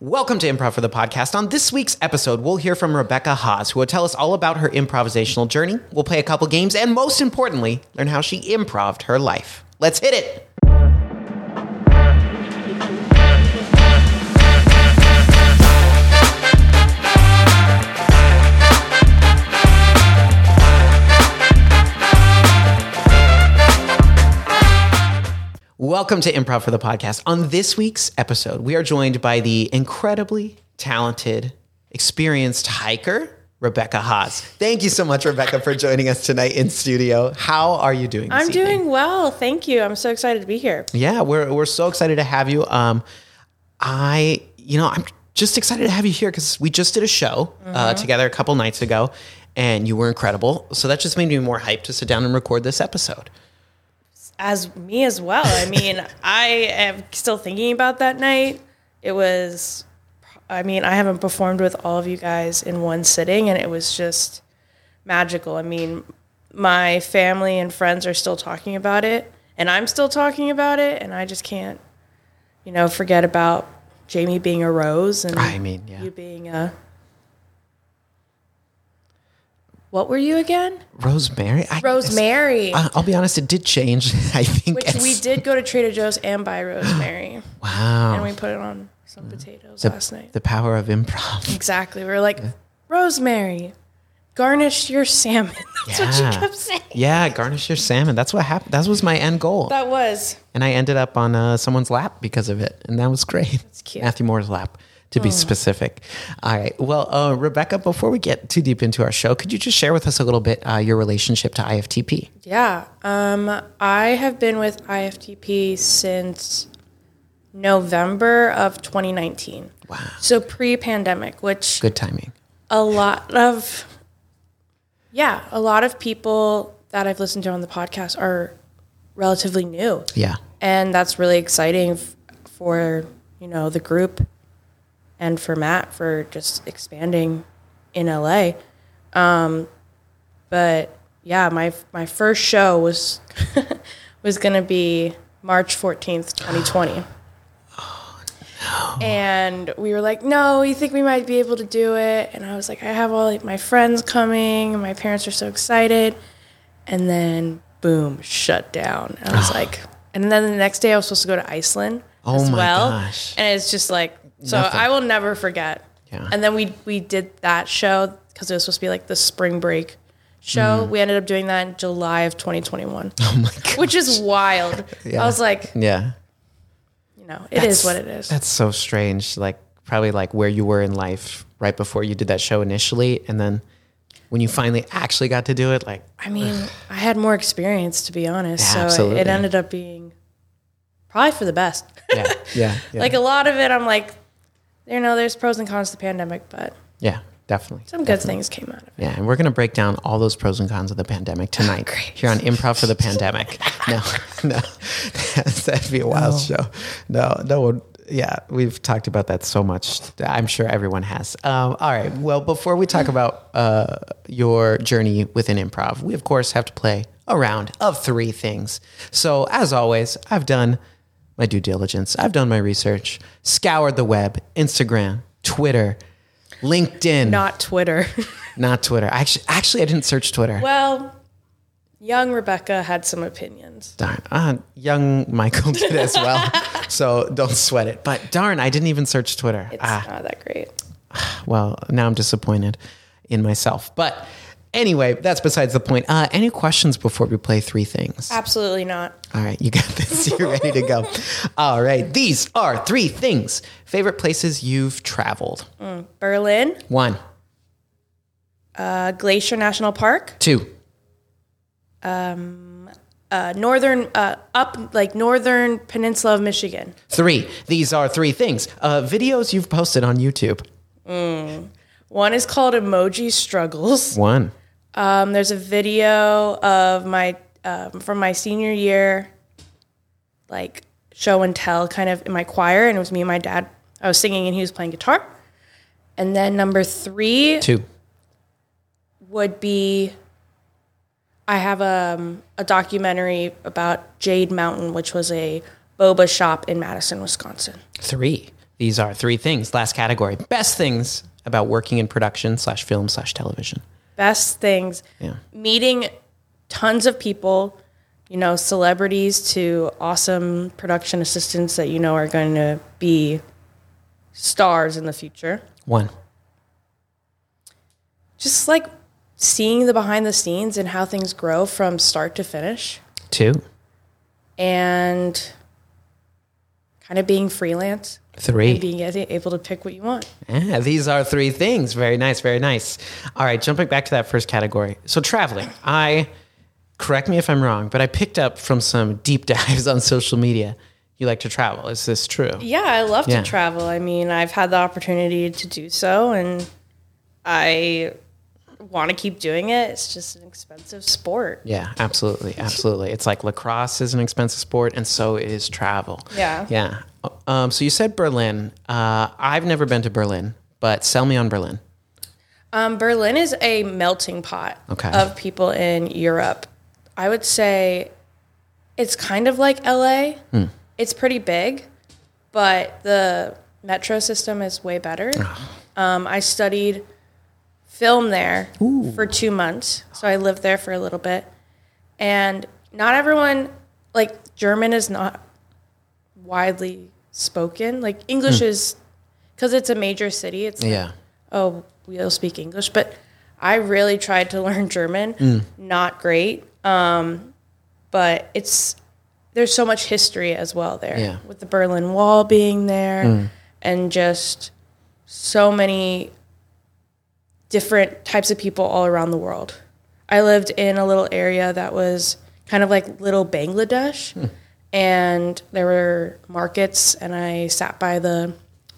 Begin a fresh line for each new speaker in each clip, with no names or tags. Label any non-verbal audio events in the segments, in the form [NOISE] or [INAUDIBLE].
Welcome to Improv for the Podcast. On this week's episode, we'll hear from Rebecca Haas, who will tell us all about her improvisational journey. We'll play a couple games and, most importantly, learn how she improved her life. Let's hit it. Welcome to Improv for the Podcast. On this week's episode, we are joined by the incredibly talented, experienced hiker, Rebecca Haas. Thank you so much, Rebecca, for joining us tonight in studio. How are you doing? this
I'm
evening?
doing well. Thank you. I'm so excited to be here.
Yeah, we're we're so excited to have you. Um, I you know I'm just excited to have you here because we just did a show
Mm-hmm.
uh, together a couple nights ago, and you were incredible. So that just made me more hyped to sit down and record this episode.
As me as well. I mean, [LAUGHS] I am still thinking about that night. It was, I mean, I haven't performed with all of you guys in one sitting, and it was just magical. I mean, my family and friends are still talking about it, and I'm still talking about it, and I just can't, you know, forget about Jamie being a rose and
I mean, yeah.
you being a. What were you again?
Rosemary, I,
Rosemary,
I, will be honest, it did change. [LAUGHS] I think
which
as-
we did go to Trader Joe's and buy rosemary,
[GASPS] Wow, Mm.
and we put it on some potatoes last night.
the power of improv.
exactly, we were like, rosemary, garnish your salmon. [LAUGHS] That's what she
Yeah.
kept saying.
Yeah, garnish your salmon. That's what happened. That was my end goal,
That was
and I ended up on uh, someone's lap because of it, and that was great. That's
cute. Oh.
Matthew Moore's lap, to be specific. All right. Well, uh, Rebecca, before we get too deep into our show, could you just share with us a little bit uh, your relationship to IFTP?
yeah. Um, I have been with IFTP since November of 2019. Wow. So pre-pandemic, which
Good timing.
a lot of yeah a lot of people that i've listened to on the podcast are relatively new
Yeah.
and that's really exciting f- for you know the group and for matt for just expanding in la um, but yeah my my first show was [LAUGHS] was gonna be march 14th 2020
Oh,
and we were like, no, we think we might be able to do it. And I was like, I have all like, my friends coming, and my parents are so excited. And then, boom, shut down. And
[SIGHS]
I was like, and then the next day I was supposed to go to Iceland
Oh
as
my
well.
gosh.
And it's just like, so
Nothing.
I will never forget.
Yeah.
And then we we did that show because it was supposed to be like the spring break show. We ended up doing that in July of 2021,
Mm. [LAUGHS] Oh my god.
[LAUGHS] which is wild. I was like,
Yeah.
you know, it is what it is.
That's so strange. Like probably like where you were in life right before you did that show initially, and then when you finally actually got to do it, like
I mean, I had more experience to be honest,
Yeah,
so it-
absolutely.
it ended up being probably for the best. [LAUGHS]
yeah, yeah, yeah,
Like a lot of it, I'm like, you know, there's pros and cons to the pandemic, but
yeah, definitely.
some good things came out of it.
Yeah, and we're going to break down all those pros and cons of the pandemic tonight here on Improv for the Pandemic. No, no, [LAUGHS] that'd be a wild show. No, no one. Yeah, we've talked about that so much. I'm sure everyone has. Um, all right. Well, before we talk about uh, your journey within improv, we of course have to play a round of three things. So, as always, I've done my due diligence. I've done my research, scoured the web, Instagram, Twitter, LinkedIn
Not Twitter. [LAUGHS]
not Twitter. Actually, actually, I didn't search Twitter.
well, young Rebecca had some opinions.
Darn, uh, young Michael did as well, so don't sweat it. But darn, I didn't even search Twitter.
It's
Ah,
not that great.
well, now I'm disappointed in myself. But anyway, that's besides the point. Uh, any questions before we play three things?
Uh, Absolutely not.
All right, you got this. [LAUGHS] You're ready to go. All right, these are three things. Favorite places you've traveled?
Berlin,
One,
uh, Glacier National Park,
two,
uh, northern uh, up like northern peninsula of Michigan.
three. These are three things. Uh, videos you've posted on YouTube.
One is called Emoji Struggles.
One.
Um, there's a video of my um, from my senior year, like show and tell, kind of in my choir, and it was me and my dad. I was singing and he was playing guitar. And then number three
Two.
would be I have um, a documentary about Jade Mountain, which was a boba shop in Madison, Wisconsin.
Three. These are three things. Last category: best things about working in production slash film slash television.
Best things.
Yeah.
Meeting tons of people, you know, celebrities to awesome production assistants that you know are going to be stars in the future.
One.
Just like seeing the behind the scenes and how things grow from start to finish
Two.
and kind of being freelance and
Three.
being able to pick what you want.
Yeah, these are three things. Very nice. Very nice. All right, jumping back to that first category. So traveling. I correct me if I'm wrong, but I picked up from some deep [LAUGHS] dives on social media. You like to travel. Is this true?
Yeah, I love
Yeah.
to travel. I mean, I've had the opportunity to do so, and I want to keep doing it. It's just an expensive sport.
Yeah, absolutely, absolutely. It's like lacrosse is an expensive sport, and so is travel.
Yeah.
yeah. Um, so you said Berlin. Uh, I've never been to Berlin, but sell me on Berlin.
Um, Berlin is a melting pot
Okay.
of people in Europe. I would say it's kind of like LA. It's pretty big, but the metro system is way better. Um, I studied film there for two months, so I lived there for a little bit. And not everyone, like, German is not widely spoken. Like, English is, because it's a major city, it's like,
Yeah,
oh, we'll speak English. But I really tried to [LAUGHS] learn German. Not great. Um, but it's there's so much history as well there
Yeah.
with the Berlin Wall being there and just so many different types of people all around the world. I lived in a little area that was kind of like little Bangladesh and there were markets and I sat by the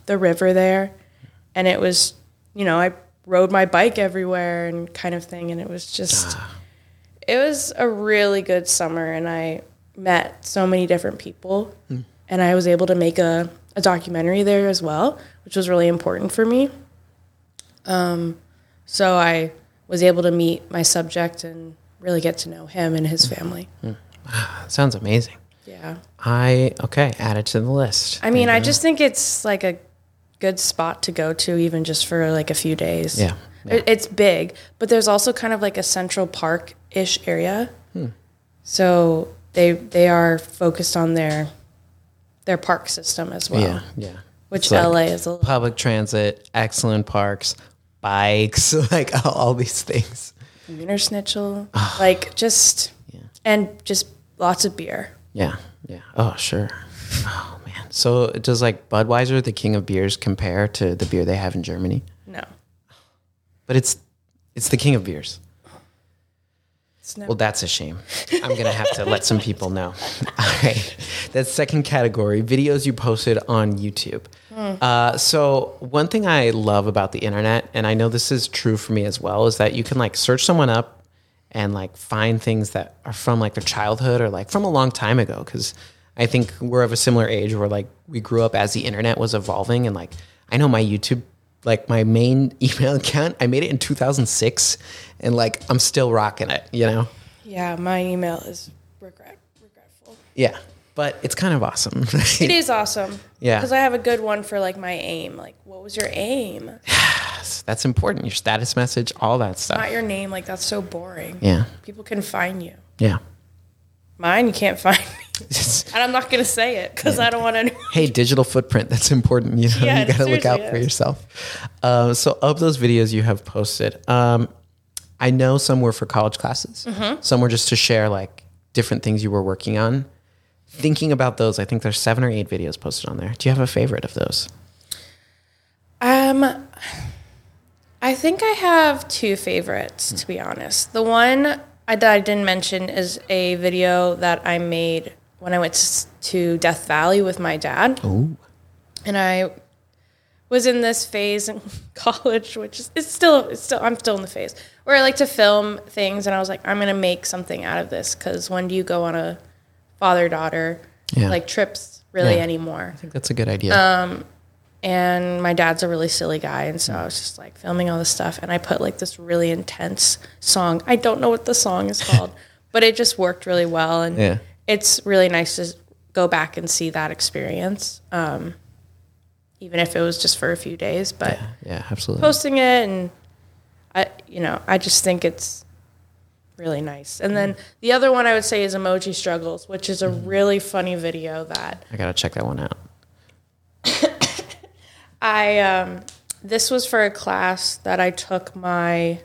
the river there and it was you know, I rode my bike everywhere and kind of thing and it was just it was a really good summer and I met so many different people and I was able to make a, a documentary there as well, which was really important for me. Um, So I was able to meet my subject and really get to know him and his family.
That sounds amazing.
Yeah.
I okay, add it to the list.
I mean, I just think it's like a good spot to go to even just for like a few days.
Yeah,
It- It's big, but there's also kind of like a central park-ish area.
Hmm.
So they they are focused on their their park system as well,
yeah, yeah.
which
It's like
LA is a little
public transit, excellent parks, bikes, [LAUGHS] like all, all these things.
meaner snitchel,
Ah.
like just and just lots of beer.
Yeah, yeah. Oh sure. Oh man. So does like Budweiser, the king of beers, compare to the beer they have in Germany?
No.
But it's it's the king of beers.
It's never
Well, that's a shame. I'm gonna have to let some people know. All right, that second category: videos you posted on YouTube. Uh, so one thing I love about the internet, and I know this is true for me as well, is that you can like search someone up and like find things that are from like their childhood or like from a long time ago. Because I think we're of a similar age where like we grew up as the internet was evolving, and like I know my YouTube like my main [LAUGHS] email account i made it in 2006 and like i'm still rocking it you know
Yeah, my email is regret regretful.
yeah but it's kind of awesome [LAUGHS] right?
It is awesome.
Yeah.
Because I have a good one for like my aim. Like, what was your aim?
that's important your status message all that stuff
Not your name. Like that's so boring.
yeah
People can find you.
yeah
Mine, you can't [LAUGHS] find me. And I'm not gonna say it because I don't want to.
hey digital footprint that's important [LAUGHS] you know
Yeah,
you gotta look
seriously,
out for
yeah.
yourself uh, so of those videos you have posted um, i know some were for college classes
Mm-hmm.
some were just to share like different things you were working on thinking about those i think there's seven or eight videos posted on there do you have a favorite of those
[LAUGHS] Um, I think I have two favorites to be honest. The one I, that I didn't mention is a video that I made when I went s- to Death Valley with my dad.
Ooh.
and I was in this phase in [LAUGHS] college, which is it's still it's still I'm still in the phase where I like to film things, and I was like, I'm gonna make something out of this because when do you go on a father daughter
Yeah.
like trips really
Yeah.
anymore?
i think that's a good idea
Uh, And my dad's a really silly guy, and so I was just like filming all this stuff, and I put like this really intense song. I don't know what the song is
[LAUGHS]
called, but it just worked really well, and
Yeah.
it's really nice to go back and see that experience. Um, even if it was just for a few days. But
Yeah, absolutely.
posting it and I you know, I just think it's really nice. And
Mm.
then the other one I would say is Emoji Struggles, which is a
Mm-hmm.
really funny video that
I gotta check that one out.
I um this was for a class that I took my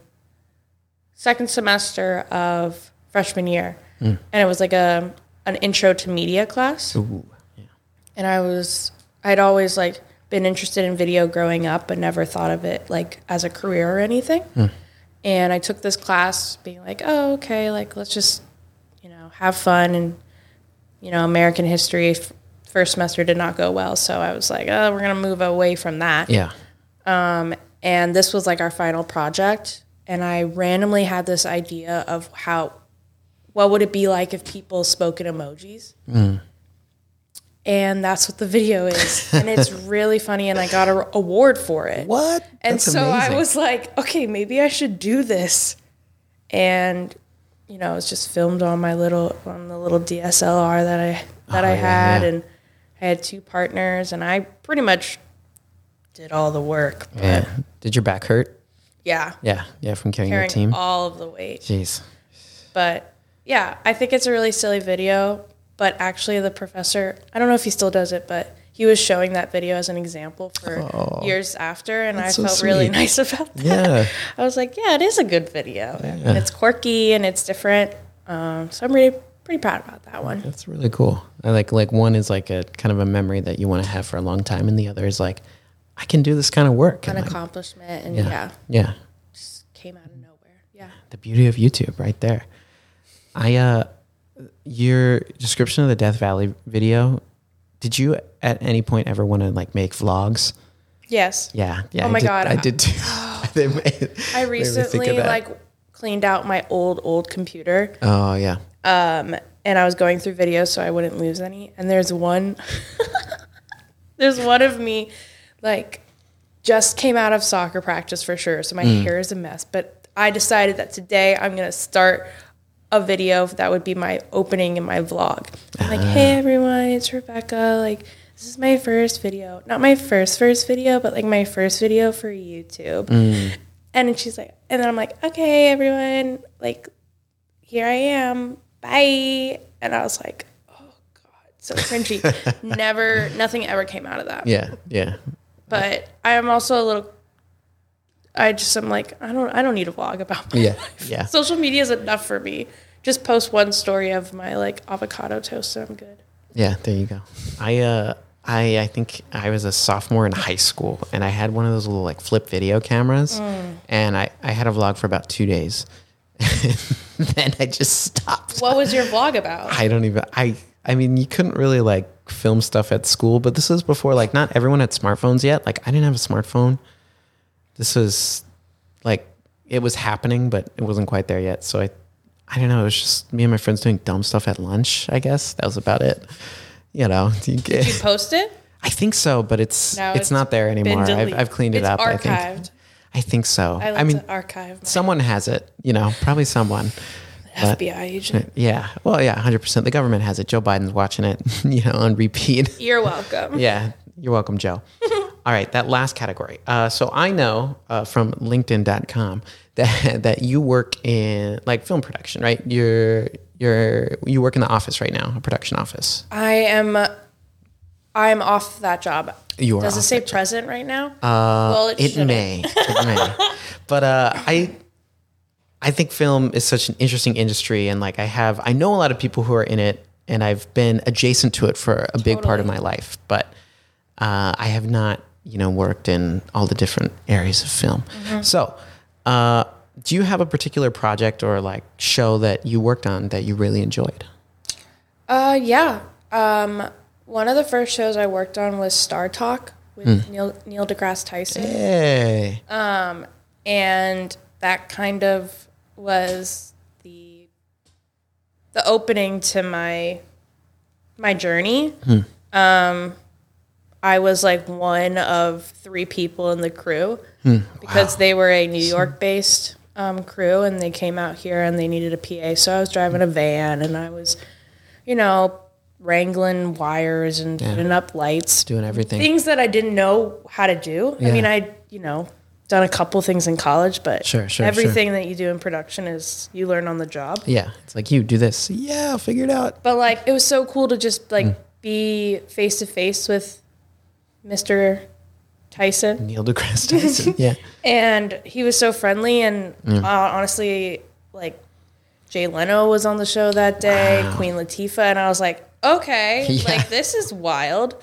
second semester of freshman year. And it was like a an intro to media class.
Ooh,
and I was I'd always like been interested in video growing up, but never thought of it like as a career or anything. And I took this class, being like, oh okay, like let's just you know have fun and you know American history. F- first semester did not go well, so I was like, oh, we're gonna move away from that.
yeah,
And this was like our final project, and I randomly had this idea of how what would it be like if people spoke in emojis
Hmm.
and that's what the video
[LAUGHS]
is and it's really funny and i got an award for it
What?
and
That's
so
amazing.
i was like okay maybe i should do this and you know it was just filmed on my little on the little dslr that i that
Oh,
i
yeah,
had
yeah.
and i had two partners and i pretty much did all the work but yeah,
yeah. Did your back hurt? Yeah, yeah, from carrying your
carrying
team.
all of the weight
Jeez.
But yeah, I think it's a really silly video. But actually, the professor, I don't know if he still does it, but he was showing that video as an example for years after. And I
Oh, that's so
felt really [LAUGHS]
sweet.
nice about that.
Yeah.
I was like, yeah, it is a good video. And it's quirky and it's different. Um, so I'm really pretty proud about that one.
That's really cool. I like like one is like a kind of a memory that you want to have for a long time, and the other is like, I can do this kind of work.
An
and, like,
accomplishment. And yeah.
yeah,
just came out of nowhere. Yeah.
the beauty of YouTube right there. I uh, your description of the Death Valley video. Did you at any point ever want to like make vlogs?
Yes.
Yeah, yeah.
Oh
I
my
did-
God.
I did too. [LAUGHS] They
[GASPS]
made- made me think
I
of
recently
that.
like cleaned out my old, old computer.
Oh yeah.
and I was going through videos so I wouldn't lose any. And there's one, [LAUGHS] there's one of me, like, just came out of soccer practice for sure. So my hair is a mess. But I decided that today I'm gonna start a video that would be my opening in my vlog. I'm like, hey everyone, it's Rebecca. Like, this is my first video, not my first first video, but like my first video for YouTube. And then she's like, and then I'm like, okay, everyone, like, here I am, bye. And I was like, oh god, so cringy. Never, nothing ever came out of that.
Yeah,
[LAUGHS]
yeah.
But I am also a little. I just am like, I don't, I don't need a vlog about. My
Yeah,
life.
yeah.
[LAUGHS] Social media is enough for me. Just post one story of my like avocado toast and I'm good.
Yeah, there you go. I uh I I think I was a sophomore in high school and I had one of those little like flip video cameras and I I had a vlog for about 2 days. [LAUGHS] then I just stopped.
What was your vlog
[LAUGHS]
about?
I don't even I I mean, you couldn't really like film stuff at school, but this was before like not everyone had smartphones yet. Like I didn't have a smartphone. This was like it was happening, but it wasn't quite there yet. So I I don't know, it was just me and my friends doing dumb stuff at lunch, I guess. That was about it. You know, [LAUGHS] you get-
Did you post it?
I think so, but it's
Now
it's,
it's
not there anymore. I've,
deleted.
I've cleaned it
It's
up. I think
archived.
I think so.
I
I,
like
mean,
to archive my
someone has it. You know, probably someone. But
FBI agent.
yeah, well, yeah, hundred percent. The government has it. Joe Biden's watching it. [LAUGHS] You know, on repeat. [LAUGHS]
You're welcome.
yeah, you're welcome, Joe. All right, that last category. Uh, so I know uh, from LinkedIn.com that [LAUGHS] that you work in like film production, right? You're you're you work in the office right now, a production office.
I am. I'm off that job.
You are
Does it
off
say present right now? Uh, well, it,
it
shouldn't.
may it may but uh i i think film is such an interesting industry and like i have i know a lot of people who are in it and i've been adjacent to it for a big part of my life but uh i have not you know worked in all the different areas of film so uh do you have a particular project or like show that you worked on that you really enjoyed
Uh, yeah. Um, one of the first shows I worked on was Star Talk with Neil, Neil deGrasse Tyson,
hey
and that kind of was the the opening to my my journey. Um, I was like one of three people in the crew because they were a New York based um, crew and they came out here and they needed a PA. So I was driving a van and I was, you know, wrangling wires and
Yeah.
putting up lights,
doing everything.
things that I didn't know how to do.
Yeah.
I mean, I you know done a couple things in college, but
Sure, sure,
everything that you do in production is you learn on the job.
Yeah, it's like you do this. Yeah, I'll figure it out.
But like, it was so cool to just like
Hmm.
be face to face with Mr. Tyson.
Neil deGrasse Tyson. yeah,
and he was so friendly and uh, honestly like jay leno was on the show that day queen latifah and i was like okay
[LAUGHS] Yeah.
like this is wild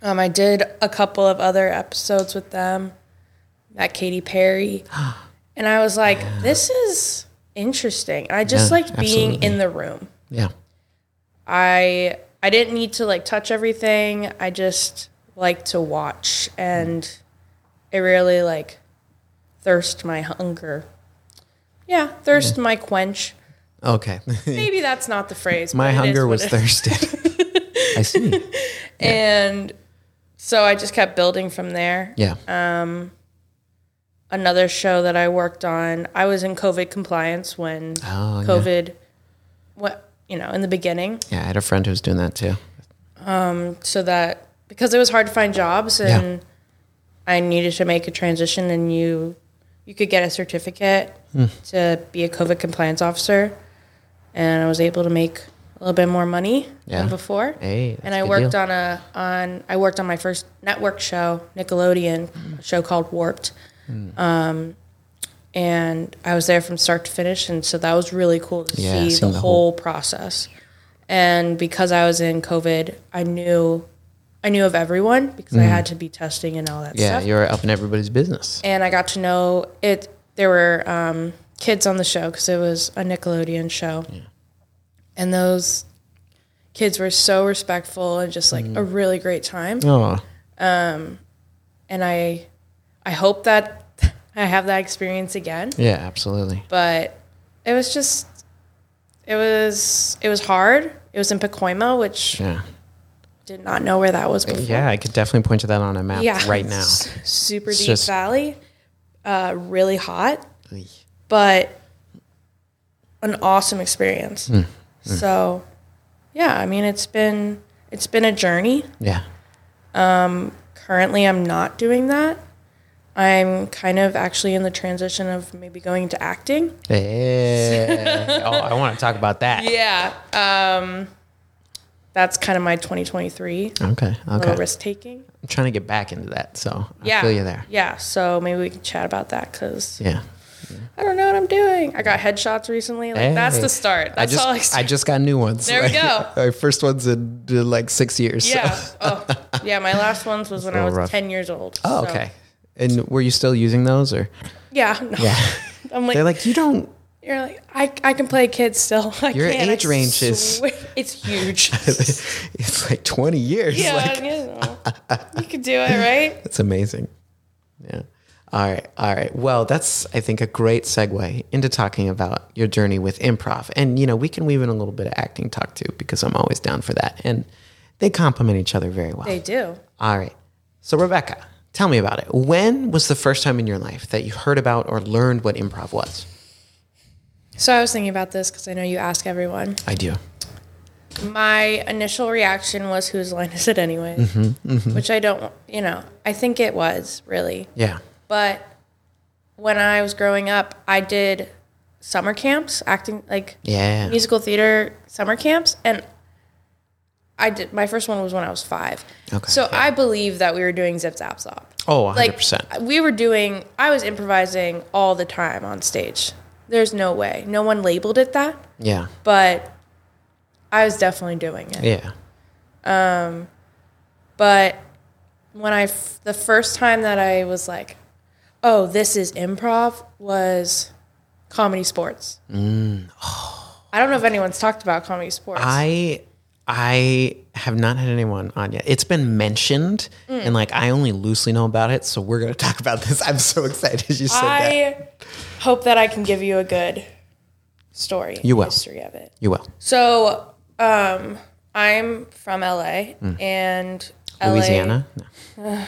um, i did a couple of other episodes with them at Katy
[GASPS]
perry and i was like this is interesting and i just
Yeah,
liked being
absolutely.
in the room
yeah,
I I didn't need to like touch everything. I just like to watch and it really like thirst my hunger. Yeah, thirst my quench.
okay. [LAUGHS]
Maybe that's not the phrase.
My
but it is
hunger
what
was
it-
thirsted. [LAUGHS] I see.
[LAUGHS] And so I just kept building from there.
Yeah,
Another show that I worked on, I was in COVID compliance when
Oh, yeah.
COVID what you know, in the beginning.
yeah. I had a friend who was doing that too.
so that because it was hard to find jobs and I needed to make a transition and you you could get a certificate
Hmm.
to be a COVID compliance officer and I was able to make a little bit more money
Yeah.
than before.
Hey, that's
and
a
I
good
worked
deal.
on a on I worked on my first network show, Nickelodeon, a show called Warped. Um
Hmm.
and I was there from start to finish, and so that was really cool to
Yeah,
see the,
seeing the whole-
whole process. And because I was in COVID, I knew I knew of everyone because I had to be testing and all that
Yeah,
stuff.
you were up in everybody's business.
and I got to know it. There were um, kids on the show because it was a Nickelodeon show, and those kids were so respectful and just like a really great time.
Oh,
And I, I hope that [LAUGHS] I have that experience again.
yeah, absolutely.
but it was just it was it was hard. It was in Pacoima, which
Yeah,
did not know where that was before.
yeah. I could definitely point to that on a map right
[LAUGHS]
now.
S- Super deep
just-
valley. Uh, really hot,
Eey.
but an awesome experience.
Hmm.
So yeah, I mean it's been it's been a journey.
Yeah,
Currently I'm not doing that. I'm kind of actually in the transition of maybe going into acting.
Hey. oh, I want to talk about that.
Yeah. Um, that's kind of my 2023
Okay.
little
Okay.
risk taking.
I'm trying to get back into that, so
Yeah.
I feel you there.
Yeah. So maybe we can chat about that because
Yeah.
I don't know what I'm doing. I got headshots recently. Like that's
Hey.
the start. That's
I just
all
I
I.
just got new ones.
There we
[LAUGHS] Like, My first ones in, uh, like six years. so-
yeah. [LAUGHS] Oh, yeah. My last ones was when I
little
was
rough.
10 years old.
[LAUGHS] Oh,
so-
okay. And were you still using those
[LAUGHS]
or?
Yeah. No. [LAUGHS] I'm like,
They're like you
[LAUGHS]
don't.
you're like, I, I can play kids still. [LAUGHS] I
Your
can, I
age range is-
swear- it's huge.
[LAUGHS] It's like twenty years.
[LAUGHS] yeah.
Like,
you, know, you can do
[LAUGHS]
it, right?
that's amazing. Yeah. All right. All right. Well, that's I think a great segue into talking about your journey with improv, and you know we can weave in a little bit of acting talk too because I'm always down for that, and they complement each other very well.
They do.
All right. So, Rebecca, tell me about it. When was the first time in your life that you heard about or learned what improv was?
So I was thinking about this because I know you ask everyone.
I do.
my initial reaction was whose line is it anyways
Mm-hmm,
which i don't you know i think it was really
Yeah.
but when i was growing up i did summer camps acting like
Yeah.
musical theater summer camps and i did my first one was when i was five
Okay,
so i believe that we were doing zip zap zop
Oh, 100%.
like we were doing i was improvising all the time on stage there's no way no one labeled it that
yeah.
but i was definitely doing it
Yeah.
but when I f- the first time that I was like, "Oh, this is improv," was comedy sports. I don't know if anyone's talked about comedy sports.
Mm. I I have not had anyone on yet. It's been mentioned
Mm.
and like I only loosely know about it, so we're going to [LAUGHS] talk about this. I'm so excited you said that.
I hope that I can give you a good story.
You will.
History of it.
You will.
So, um, I'm from LA and LA,
Mm. Louisiana? No.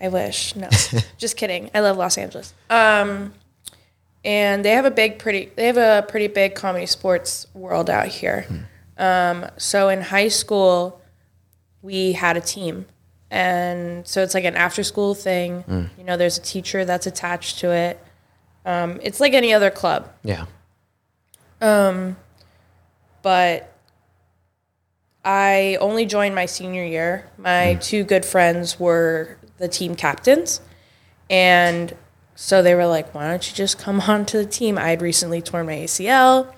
I wish. No, just kidding. I love Los Angeles. Um, and they have a big, pretty. They have a pretty big comedy sports world out here. Um, So in high school, we had a team. And so it's like an after school thing. You know, there's a teacher that's attached to it. Um, it's like any other club,
Yeah.
but I only joined my senior year.
Hmm.
My two good friends were the team captains. And so they were like, why don't you just come [LAUGHS] on to the team? I had recently torn my ACL.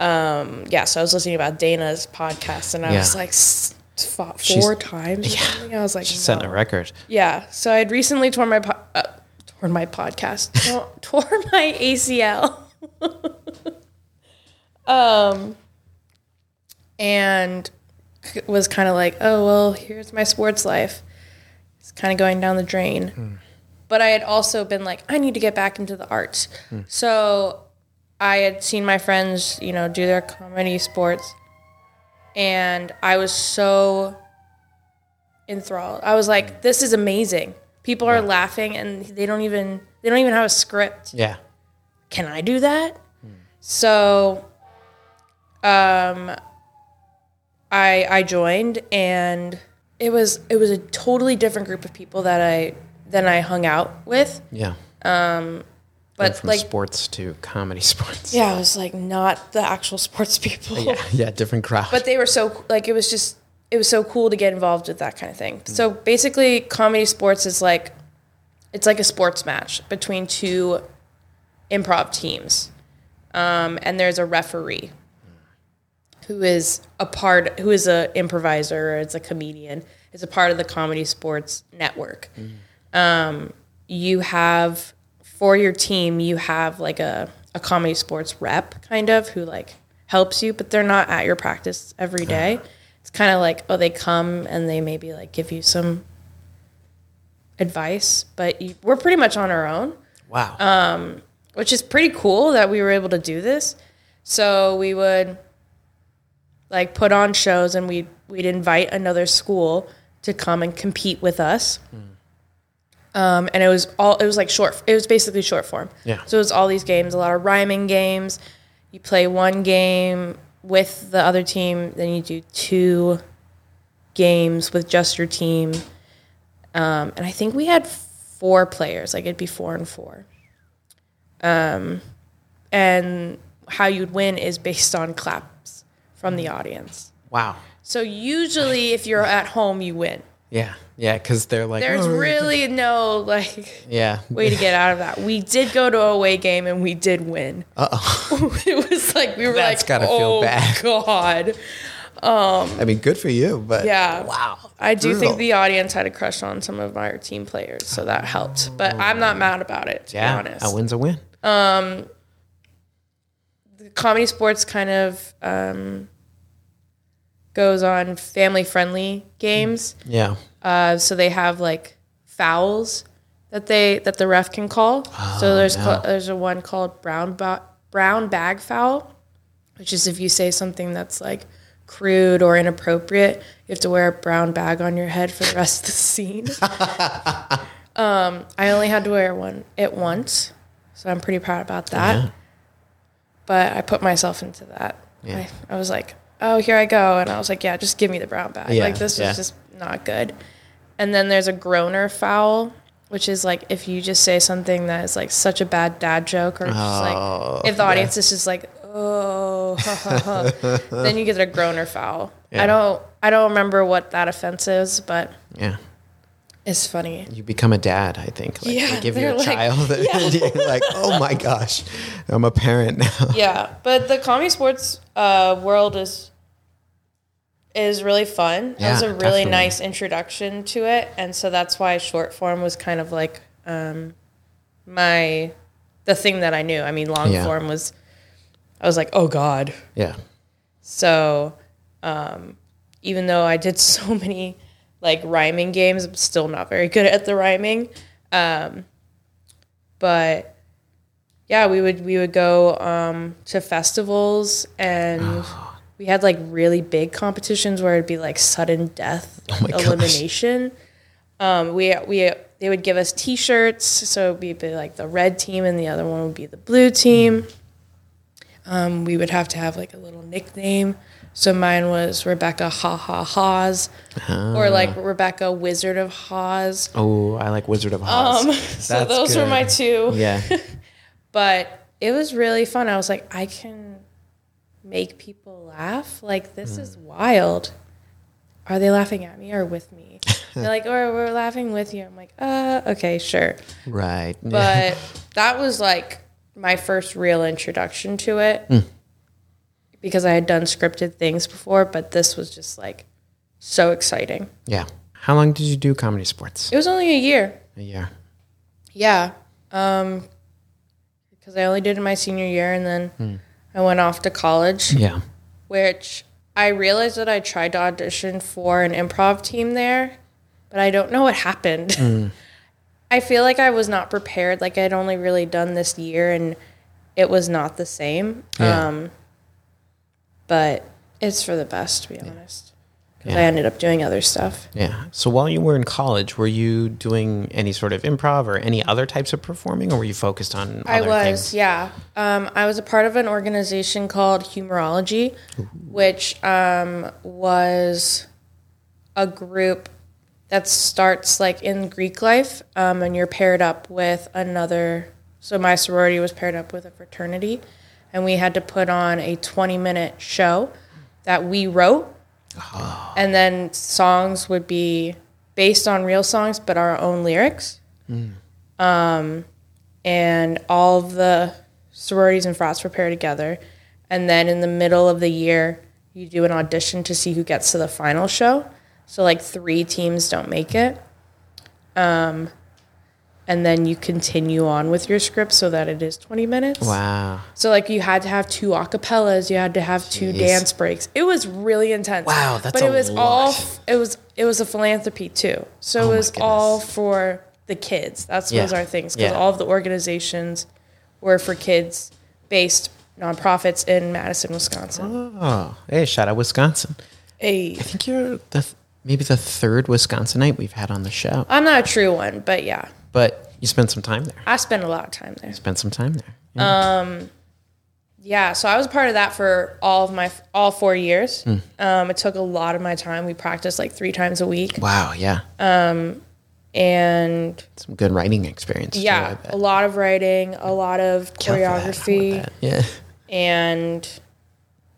Um, yeah, so I was listening about Dana's podcast and I
Yeah.
was like, "S- fought
She's- [LAUGHS]
four times. or something. I was like,
She's setting
"No."
a record.
Yeah. So I'd recently torn my po- uh, torn my podcast, Tor- tore my ACL. [LAUGHS] um, and c- was kind of like, oh well, here's my sports life. It's kind of going down the drain. But I had also been like, I need to get back into the arts. So I had seen my friends, you know, do their comedy sports, and I was so enthralled. I was like, this is amazing. People are laughing and they don't even they don't even have a script.
Yeah.
Can I do that? So um I I joined and it was it was a totally different group of people that I than I hung out with.
Yeah. Went
Um, But
from
like
sports to comedy [LAUGHS] sports.
yeah, I was like not the actual sports [LAUGHS] people.
Yeah. yeah, different crowd.
but they were so like it was just it was so cool to get involved with that kind of thing. So basically, comedy sports is like it's like a sports match between two improv teams, um, and there's a referee who is a part who is a improviser or is a comedian is a part of the comedy sports network. Um, you have for your team, you have like a a comedy sports rep kind of who like helps you, but they're not at your practice every day. It's kind of like oh, they come and they maybe like give you some advice, but you, we're pretty much on our own
wow.
uh, which is pretty cool that we were able to do this. So we would like put on shows and we'd we'd invite another school to come and compete with us. Um, and it was all it was like short it was basically short form.
Yeah.
So it was all these games, a lot of rhyming games. You play one game with the other team, then you do two games with just your team. Um, and I think we had four players, like it'd be four and four and how you'd win is based on claps from the audience.
wow.
So usually, if you're at home, you win.
Yeah. Yeah. Because they're like,
There's
"Oh, yeah."
really no like
Yeah.
way to get out of that. We did go to a away game and we did win. Uh oh. [LAUGHS] it was like we were
That's
like,
gotta feel
oh
bad."
[LAUGHS] god.
[LAUGHS] I mean, good for you, but
Yeah.
Wow.
I do
Brutal.
think the audience had a crush on some of our team players, so that helped. But I'm not mad about it. To
yeah,
be honest,
a win's a win.
comedy sports kind of um, goes on family friendly games.
Yeah.
Uh, so they have like fouls that they that the ref can call. so there's
no.
ca- there's a one called brown ba- brown bag foul, which is if you say something that's like crude or inappropriate, you have to wear a brown bag on your head for the rest of
[LAUGHS]
the scene. um, I only had to wear one it once, so I'm pretty proud about that.
Yeah.
But I put myself into that.
Yeah.
I, I was like, oh, here I go, and I was like, yeah, just give me the brown bag.
Yeah,
Like this
yeah.
is just not good. And then there's a groaner foul, which is like if you just say something that is like such a bad dad joke, or just
Oh,
like if the audience is just like, oh, [LAUGHS] then you get a groaner foul.
Yeah.
I don't, I don't remember what that offense is, but
Yeah.
it's funny.
You become a dad, I think. Like,
Yeah,
They give you
they're
a
like-
child. [LAUGHS] and you're like, oh my gosh, I'm a parent now. [LAUGHS]
yeah, but the comedy sports uh, world is is really fun. it was a
Yeah,
really
definitely.
nice introduction to it, and so that's why short form was kind of like um, my the thing that I knew. I mean, long
Yeah.
form was I was like, oh god.
Yeah.
So um, even though I did [LAUGHS] so many like rhyming games, I'm still not very good at the rhyming. Um, but yeah, we would we would go um, to festivals and
[GASPS]
we had like really big competitions where it'd be like sudden death
Oh my gosh.
elimination. Um, we we they would give us T-shirts, so it'd be- be like the red team and the other one
Hmm.
would be the blue team. Um, we would have to have like a little nickname. So mine was Rebecca Ha Ha Ha's,
Ah.
or like Rebecca Wizard of Ha's.
Oh, I like Wizard of Oz.
Um, so
That's
those were
good.
my two. [LAUGHS]
yeah.
But it was really fun. I was like, I can make people laugh. Like this is wild. Are they laughing at me or with me? They're like, or we're laughing with you. I'm like, uh, okay, sure.
Right.
But that was like my first real introduction to it because I had done scripted things before, but this was just like so exciting.
yeah. How long did you do comedy sports?
It was only a year.
A year.
Yeah. Um, because I only did it my senior year and then I went off to college,
Yeah.
which I realized that I tried to audition for an improv team there, but I don't know what happened. [LAUGHS] I feel like I was not prepared. Like I'd only really done this year and it was not the same.
Yeah.
Um, but it's for the best, to be honest. Because I ended up doing other stuff.
Yeah. So while you were in college, were you doing any sort of improv or any other types of performing, or were you focused on
I
other
was,
things?
yeah. Um, I was a part of an organization called Humorology, which um, was a group that starts like in Greek life, um, and you're paired up with another. So my sorority was paired up with a fraternity, and we had to put on a 20 minute show that we wrote, and then songs would be based on real songs but our own lyrics Um, and all of the sororities and frats prepare together. And then in the middle of the year, you do an audition to see who gets to the final show. So like three teams don't make it. Um, and then you continue on with your script so that it is 20 minutes.
Wow.
So like you had to have two acapellas, you had to have two dance breaks. It was really intense.
Wow, that's
But it
a
was all
lot. Oh
it was it was a philanthropy too. So
my
it was all
goodness.
for the kids. That's
Yeah.
was our things because
Yeah.
all of the organizations were for kids based nonprofits in Madison, Wisconsin.
Oh, hey, shout out Wisconsin.
Hey.
I think you're the th- maybe the third Wisconsinite we've had on the show,
I'm not a true one, but yeah.
but you spent some time there.
I spent a lot of time there.
Spent some time there.
Yeah, so I was a part of that for all of my all four years.
Hmm.
Um, it took a lot of my time. We practiced like three times a week,
Wow. Yeah.
and
some good writing experience. too, I
yeah,
bet.
a lot of writing, a lot of
Count for that, I want
choreography,
that. Yeah.
and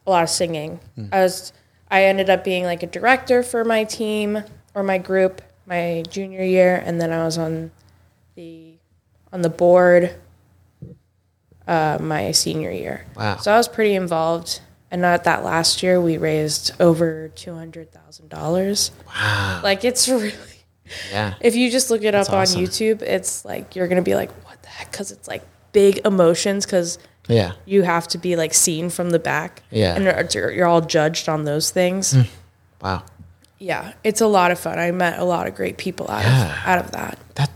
a lot of singing.
Hmm.
I was I ended up being like a director for my team or my group my junior year, and then I was on the on the board uh, my senior year.
Wow.
So I was pretty involved. And at that last year, we raised over two hundred thousand dollars.
Wow.
Like it's [LAUGHS] really
Yeah.
if you just look it up
awesome.
on YouTube, it's like you're gonna be like, what the heck? Because it's like big emotions. Because
Yeah.
you have to be like seen from the back.
Yeah. Hmm.
and you're- you're, you're all judged on those things.
Wow.
Yeah, it's a lot of fun. I met a lot of great people out
Yeah.
of out of that.
That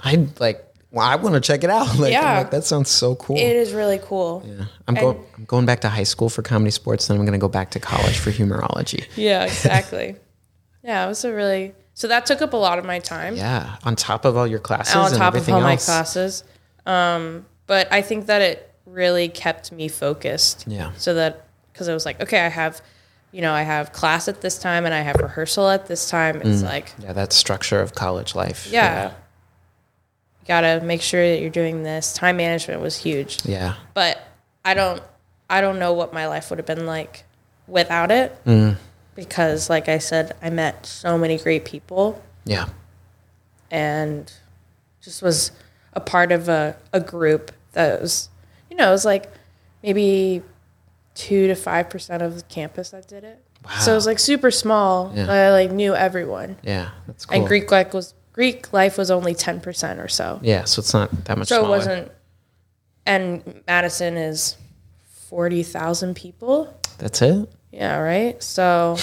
I like. Well, I want to check it out. [LAUGHS] Like,
Yeah.
yeah. that sounds so cool.
It is really cool.
yeah. I'm going. I'm going back to high school for comedy sports. Then I'm going to go back to college for humorology.
Yeah, exactly. [LAUGHS] yeah, it was a really so that took up a lot of my time.
Yeah. On top of all your classes
on
and
top of
everything
all my
else.
classes. Um, but I think that it really kept me focused.
Yeah.
So that because I was like, okay, I have, you know, I have class at this time and I have rehearsal at this time. It's
Mm.
like,
Yeah. That structure of college life.
yeah, you gotta make sure that you're doing this. Time management was huge,
Yeah.
but I don't, I don't know what my life would have been like without it.
Mm.
Because, like I said, I met so many great people
Yeah.
and just was a part of a, a group that was, you know, it was like maybe two to five percent of the campus that did it. So it was like super small.
Yeah.
But I like knew everyone,
Yeah. That's cool.
and Greek life was Greek life was only ten percent or so.
Yeah. So it's not that much.
So
smaller.
it wasn't. And Madison is forty thousand people.
That's it.
Yeah,
[LAUGHS]
right. So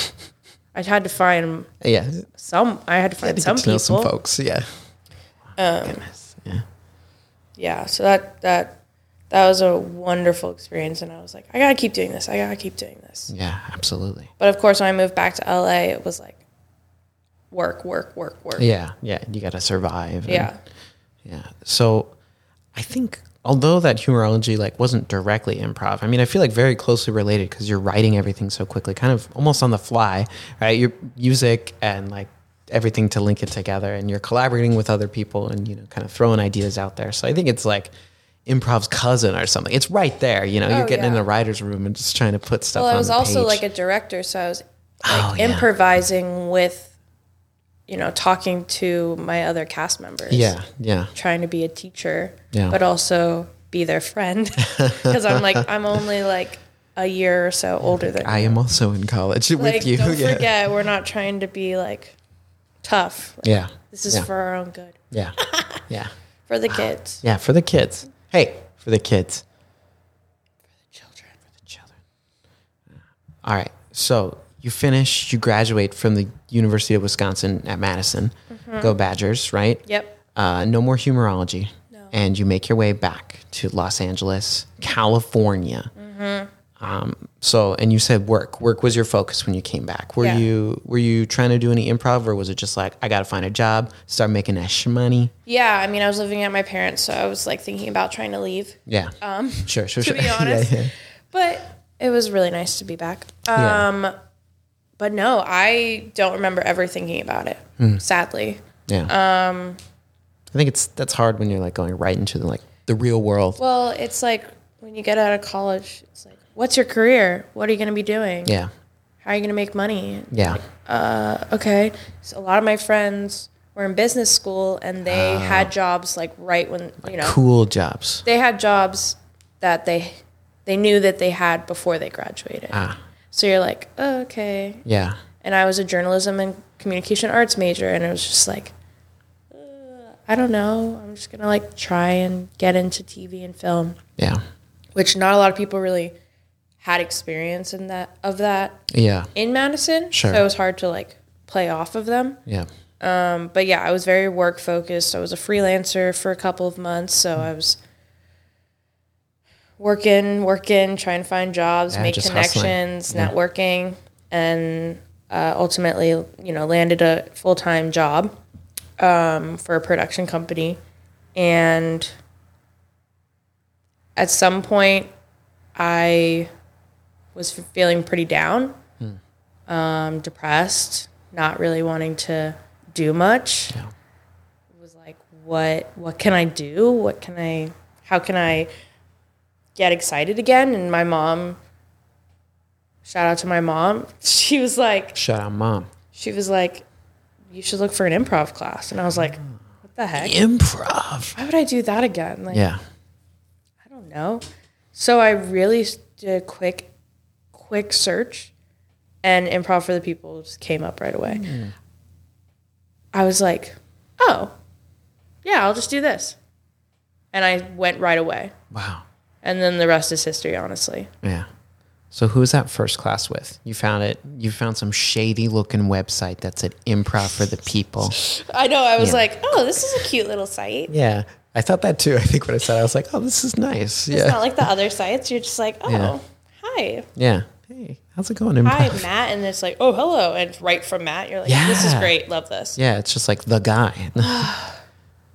I had to find
Yeah.
some. I had to find
Had to
some
get to know
people.
some folks. Yeah. Goodness. Yeah.
yeah so that that that was a wonderful experience and i was like i gotta keep doing this i gotta keep doing this
Yeah. Absolutely.
but of course when i moved back to la it was like work work work work
Yeah. Yeah. You got to survive. and-
yeah
Yeah. So I think although that humorology like wasn't directly improv i mean i feel like very closely related because you're writing everything so quickly kind of almost on the fly right your music and like everything to link it together and you're collaborating with other people and you know kind of throwing ideas out there so i think it's like improv's cousin or something it's right there you know you're
Oh,
getting in
yeah.
the writer's room and just trying to put stuff
Well,
on
I was
the
also
page.
like a director, so I was
Oh,
like
yeah.
improvising with, you know, talking to my other cast members.
yeah yeah
Trying to be a teacher,
Yeah.
but also be their
[LAUGHS]
friend [LAUGHS] because I'm like I'm only like a year or so older than
i am also in college [LAUGHS] with
like
you
don't
yeah
forget we're not trying to be like tough. Like,
yeah
This is
yeah.
for our own good
yeah yeah
[LAUGHS] for the kids,
yeah for the kids hey for the kids
children.
children. All right. So you finish, you graduate from the University of Wisconsin at Madison. Go Badgers, right?
Mm-hmm. Yep.
Uh, no more humorology.
No.
And you make your way back to Los Angeles, California.
Mm-hmm.
Um, so, and you said work. Work was your focus when you came back. Were
Yeah.
you were you trying to do any improv, or was it just like I got to find a job, start making that sh money?
Yeah, I mean, I was living at my parents, so I was like thinking about trying to leave.
Yeah. Um, sure. Sure.
to
sure. [LAUGHS]
be honest.
yeah, yeah.
But it was really nice to be back.
Yeah.
Um, But no, I don't remember ever thinking about it,
Hmm.
sadly.
Yeah. Um, I think it's that's hard when you're like going right into the like the real world.
Well, it's like when you get out of college, it's like, what's your career? What are you going to be doing?
Yeah.
How are you going to make money?
Yeah.
Okay. So a lot of my friends were in business school and they
Ah.
had jobs like right when, you know,
Cool jobs.
they had jobs that they they knew that they had before they graduated.
Ah.
So you're like, oh, okay,
Yeah.
and I was a journalism and communication arts major, and it was just like, uh, I don't know. I'm just gonna like try and get into TV and film,
Yeah.
which not a lot of people really had experience in that of that
Yeah.
in Madison.
Sure.
So it was hard to like play off of them.
Yeah.
But yeah, I was very work focused. I was a freelancer for a couple of months, so I was working, working, trying to find jobs,
Yeah,
make
just hustling.
connections, networking, and uh, ultimately, you know, landed a full time job um, for a production company. And at some point, I was feeling pretty down, um, depressed, not really wanting to do much.
Yeah.
Was like, what? What can I do? What can I? How can I get excited again? And my mom, shout out to my mom. [LAUGHS] She was like,
Shut up, mom.
she was like, you should look for an improv class. And I was like, what the heck?
Improv.
Why would I do that again? Like,
Yeah.
I don't know. So I really s- did a quick, quick search, and improv for the people just came up right away.
Hmm.
I was like, oh, yeah, I'll just do this, and I went right away.
Wow.
And then the rest is history, honestly.
Yeah. So who was that first class with? You found it. You found some shady looking website that said improv for the people.
I know. I was
Yeah.
like, oh, this is a cute little site.
Yeah. I thought that too. [LAUGHS] I think when I said, it, I was like, oh, this is nice.
It's
Yeah.
not like the other sites. You're just like, oh,
Yeah.
hi,
Yeah. Hey, how's it going, improv? [LAUGHS]
hi, Matt, and it's like, oh, hello, and it's right from Matt. You're like, this is
Yeah.
great. Love this.
Yeah. It's just like the
[GASPS]
guy.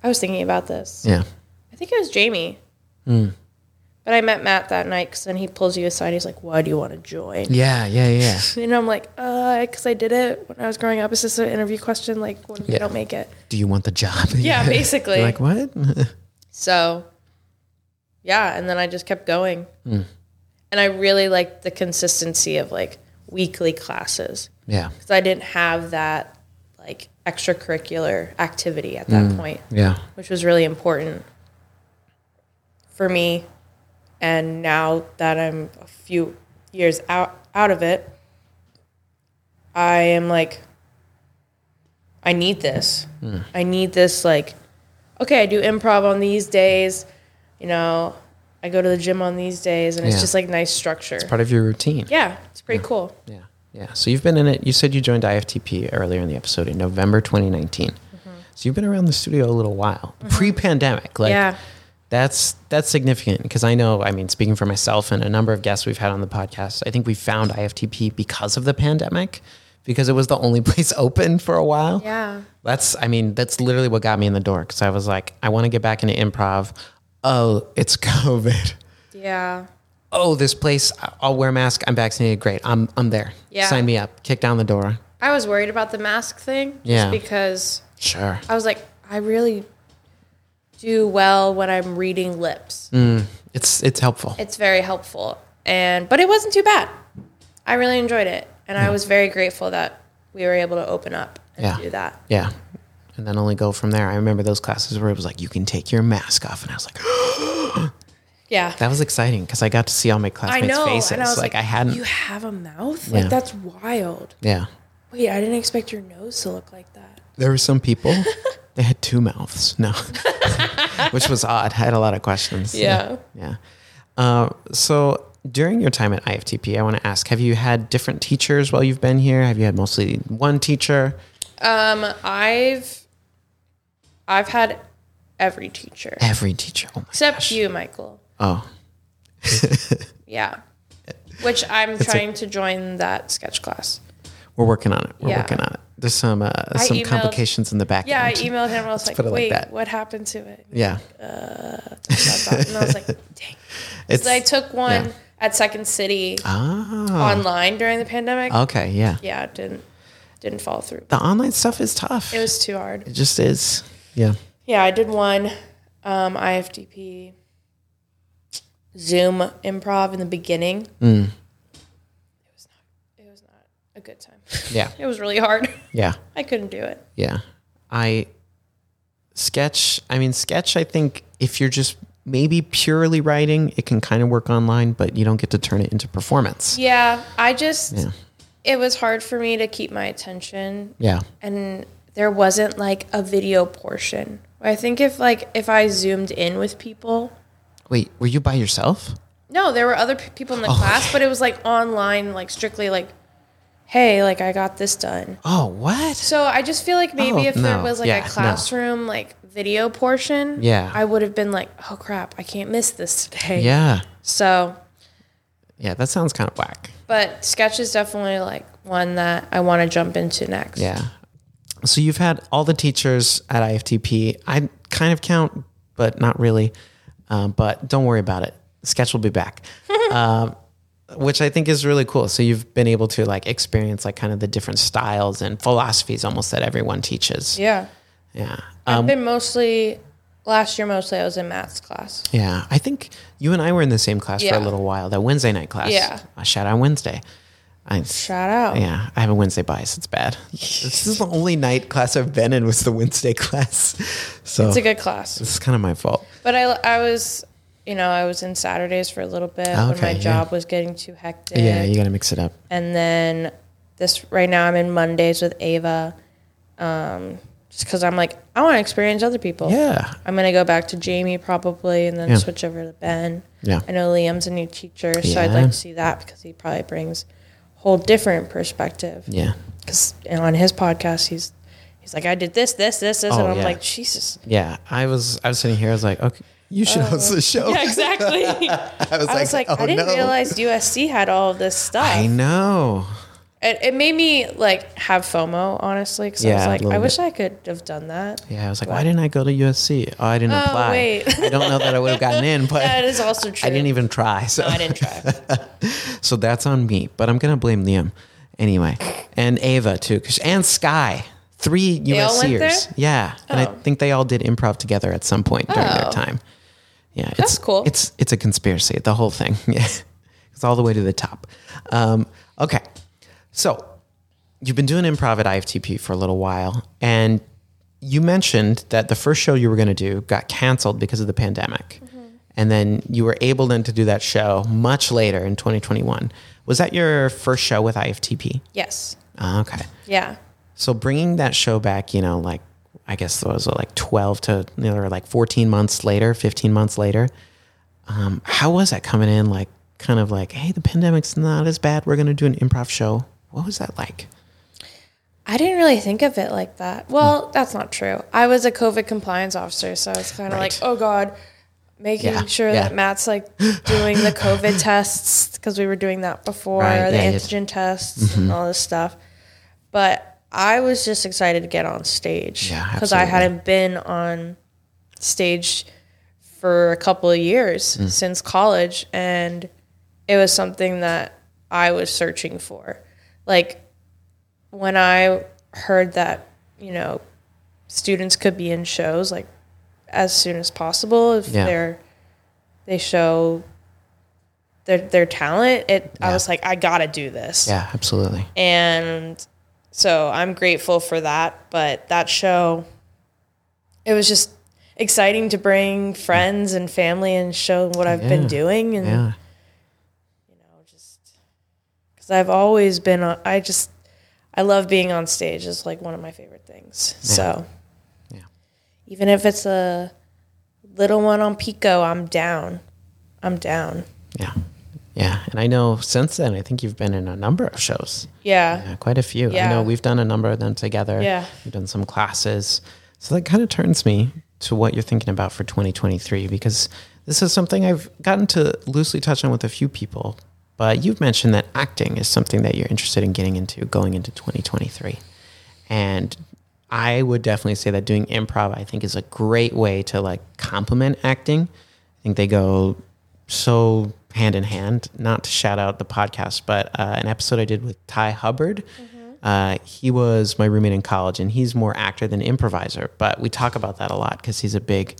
I was thinking about this.
yeah.
I think it was Jamie. But I met Matt that night because then he pulls you aside. He's like, "Why do you want to join?" [LAUGHS]
Yeah. Yeah. Yeah.
And I'm like, "Uh, because I did it when I was growing up. It's just an interview question. Like, when
Yeah.
you don't make it,
Do you want the job? [LAUGHS]
yeah, basically."
You're like what? [LAUGHS]
so, yeah. And then I just kept going, and I really liked the consistency of like weekly classes
yeah.
because I didn't have that like extracurricular activity at that point.
Yeah.
which was really important for me. And now that I'm a few years out out of it, I am like, I need this. I need this. Like, okay, I do improv on these days. You know, I go to the gym on these days, and
Yeah.
it's just like nice structure.
Part of your routine.
yeah, it's pretty cool.
Yeah. Yeah. So you've been in it. You said you joined IFTP earlier in the episode in November 2019.
Mm-hmm.
So you've been around the studio a little while, pre-pandemic. Like
Yeah.
that's that's significant because I know, I mean, speaking for myself and a number of guests we've had on the podcast, I think we found IFTP because of the pandemic because it was the only [LAUGHS] place open for a while.
Yeah.
That's I mean, that's literally what got me in the door cuz I was like, I want to get back into improv. oh, it's [LAUGHS] COVID.
Yeah.
Oh, this place, I'll wear a mask. I'm vaccinated. Great. I'm, I'm there.
Yeah.
Sign me up. Kick down the door.
I was worried about the mask thing just
Yeah.
because
Sure.
I was like, I really do well when I'm reading lips.
Mm. It's, it's helpful.
It's very helpful. And but it wasn't too bad. I really enjoyed it. And I was very grateful that we were able to open up and
Yeah.
do that.
yeah. And then only go from there. I remember those classes where it was like, you can take your mask off. And I was like, [GASPS]
Yeah.
that was exciting because I got to see all my
I
classmates'
know.
faces.
And I was
like, I hadn't.
You have a mouth? Like
Yeah.
that's wild.
yeah.
Wait, I didn't expect your nose to look like that.
There were some people, they had two mouths. No. [LAUGHS] Which was odd. I had a lot of questions.
Yeah.
Yeah. Uh, so during your time at IFTP, I want to ask: Have you had different teachers while you've been here? Have you had mostly one teacher?
Um I've I've had every teacher.
Every teacher. Oh, my
Except
gosh.
you, Michael.
Oh,
[LAUGHS] Yeah. Which I'm trying to join that sketch class.
we're working on it. We're
Yeah.
working on it. There's some uh, some
emailed-
complications in the back
Yeah, I
end.
emailed him. I was like,
put it like
wait,
that.
what happened to it?
yeah.
And I was
[LAUGHS]
like, dang.
It's
So I took one
yeah.
at Second City
ah
online during the pandemic.
okay. Yeah.
Yeah, it didn't didn't follow through.
The online stuff is tough.
It
It,
was too hard.
just is. Yeah.
Yeah, I did one um, IFTP Zoom improv in the beginning.
Mm.
It was not. It was not a good time.
Yeah.
it was really hard. [LAUGHS]
Yeah.
I couldn't do it.
Yeah. I sketch, I mean sketch I think if you're just maybe purely writing, it can kind of work online, but you don't get to turn it into performance.
Yeah, I just
Yeah.
it was hard for me to keep my attention
Yeah.
and there wasn't like a video portion. I think if like if I zoomed in with people,
Wait, were you by yourself?
no, there were other p- people in
Oh.
the class, but it was like online, like strictly like, hey, like I got this done.
Oh, what?
So I just feel like maybe
Oh,
if there
no.
was like
Yeah, no.
a classroom like video portion,
Yeah.
I would have been like, oh crap, I can't miss this today.
Yeah.
So,
Yeah, that sounds kind of whack.
but sketch is definitely like one that I want to jump into next.
Yeah. So you've had all the teachers at IFTP. I kind of count, but not really. Um, but don't worry about it. Sketch will be back, um, which I think is really cool. So you've been able to like experience like kind of the different styles and philosophies almost that everyone teaches.
Yeah.
Yeah. Uh, Um,
I've been mostly last year. Mostly, I was in maths class.
Yeah, I think you and I were in the same class for a
Yeah.
little while. That Wednesday night class.
Yeah.
Uh, shout out Wednesday. I,
Shout out.
yeah, I have a Wednesday bias. It's bad. this is the only night class I've been in was the Wednesday [LAUGHS] class. So
It's a good class.
this is kind of my fault.
But I, I was, you know, I was in Saturdays for a little bit when
Okay,
my
yeah.
job was getting too hectic.
Yeah, you got to mix it up.
And then this right now, I'm in Mondays with Ava, um, just because I'm like, I want to experience other people.
Yeah.
I'm gonna go back to Jamie probably, and then
Yeah.
switch over to Ben.
Yeah.
I know Liam's a new teacher, so I'd
Yeah.
like to see that because he probably brings a whole different perspective.
Yeah.
because on his podcast he's he's like I did this this this this
Oh,
and I'm
yeah. [LAUGHS]
like Jesus
Yeah, I was I was sitting here I was like, "Okay, you should host the show."
Oh. yeah exactly [LAUGHS] I
[LAUGHS] I was
was like,
"Oh
I didn't
no."
realize USC had all of this stuff
I know.
it, it made me like have FOMO honestly because
Yeah, a
I was
little
like I
bit.
wish I could have done that
Yeah, I was like, "Why didn't I go to USC?" Oh, I didn't
Oh,
apply.
wait.
I don't know that I would have gotten
[LAUGHS]
in, but
that is also
[LAUGHS]
true
I didn't even try. So
No, I didn't try
[LAUGHS] So that's on me, but I'm gonna blame Liam anyway, and Ava too, 'cause- and Sky, three
all went
USCers.
there?
Yeah, and I
Oh.
think they all did improv together at some point during their
Oh.
time. Yeah, it's,
That's cool.
It's it's a conspiracy, the whole thing. [LAUGHS] Yeah, it's all the way to the top. Um, okay, so you've been doing improv at IFTP for a little while, and you mentioned that the first show you were going to do got canceled because of the pandemic.
Mm-hmm.
And then you were able then to do that show much later in 2021. Was that your first show with IFTP?
yes
Ah, okay.
yeah
So bringing that show back, you know, like I guess what was it like 12 to you know, or like 14 months later, 15 months later. Um, how was that coming in? Like kind of like, hey, the pandemic's not as bad. We're going to do an improv show. What was that like?
I didn't really think of it like that.
Hmm.
Well, that's not true. I was a COVID compliance officer, so I was kind of
Right.
like, oh God, making
Yeah,
sure
yeah.
that
[GASPS]
Matt's like doing the COVID tests because we were doing that before,
Right,
the
yeah, Mm-hmm. yeah.
antigen tests and all this stuff. But I was just excited to get on stage
Yeah,
because I
absolutely.
hadn't been on stage for a couple of years
Hmm.
since college, and it was something that I was searching for. Like when I heard that, you know, students could be in shows like as soon as possible if
Yeah.
they're they show their their talent. It I
Yeah.
was like, I gotta do this.
Yeah, absolutely.
And so I'm grateful for that. But that show, it was just exciting to bring friends and family and show what I've been
Yeah.
doing. And,
Yeah.
you know, just because I've always been, on, I just, I love being on stage. It's like one of my favorite things. So
Yeah.
even if it's a little one on Pico, I'm down. I'm down.
Yeah. Yeah. And I know since then, I think you've been in a number of shows.
Yeah.
Yeah, quite a few. I
Yeah.
know we've done a number of them together.
Yeah.
We've done some classes. So that kind of turns me to what you're thinking about for 2023 because this is something I've gotten to loosely touch on with a few people. But you've mentioned that acting is something that you're interested in getting into going into 2023. And I would definitely say that doing improv, I think, is a great way to like complement acting. I think they go so hand in hand. Not to shout out the podcast, but uh, an episode I did with Ty Hubbard. Uh, he was my roommate in college, and he's more actor than improviser. But we talk about that a lot because he's a big,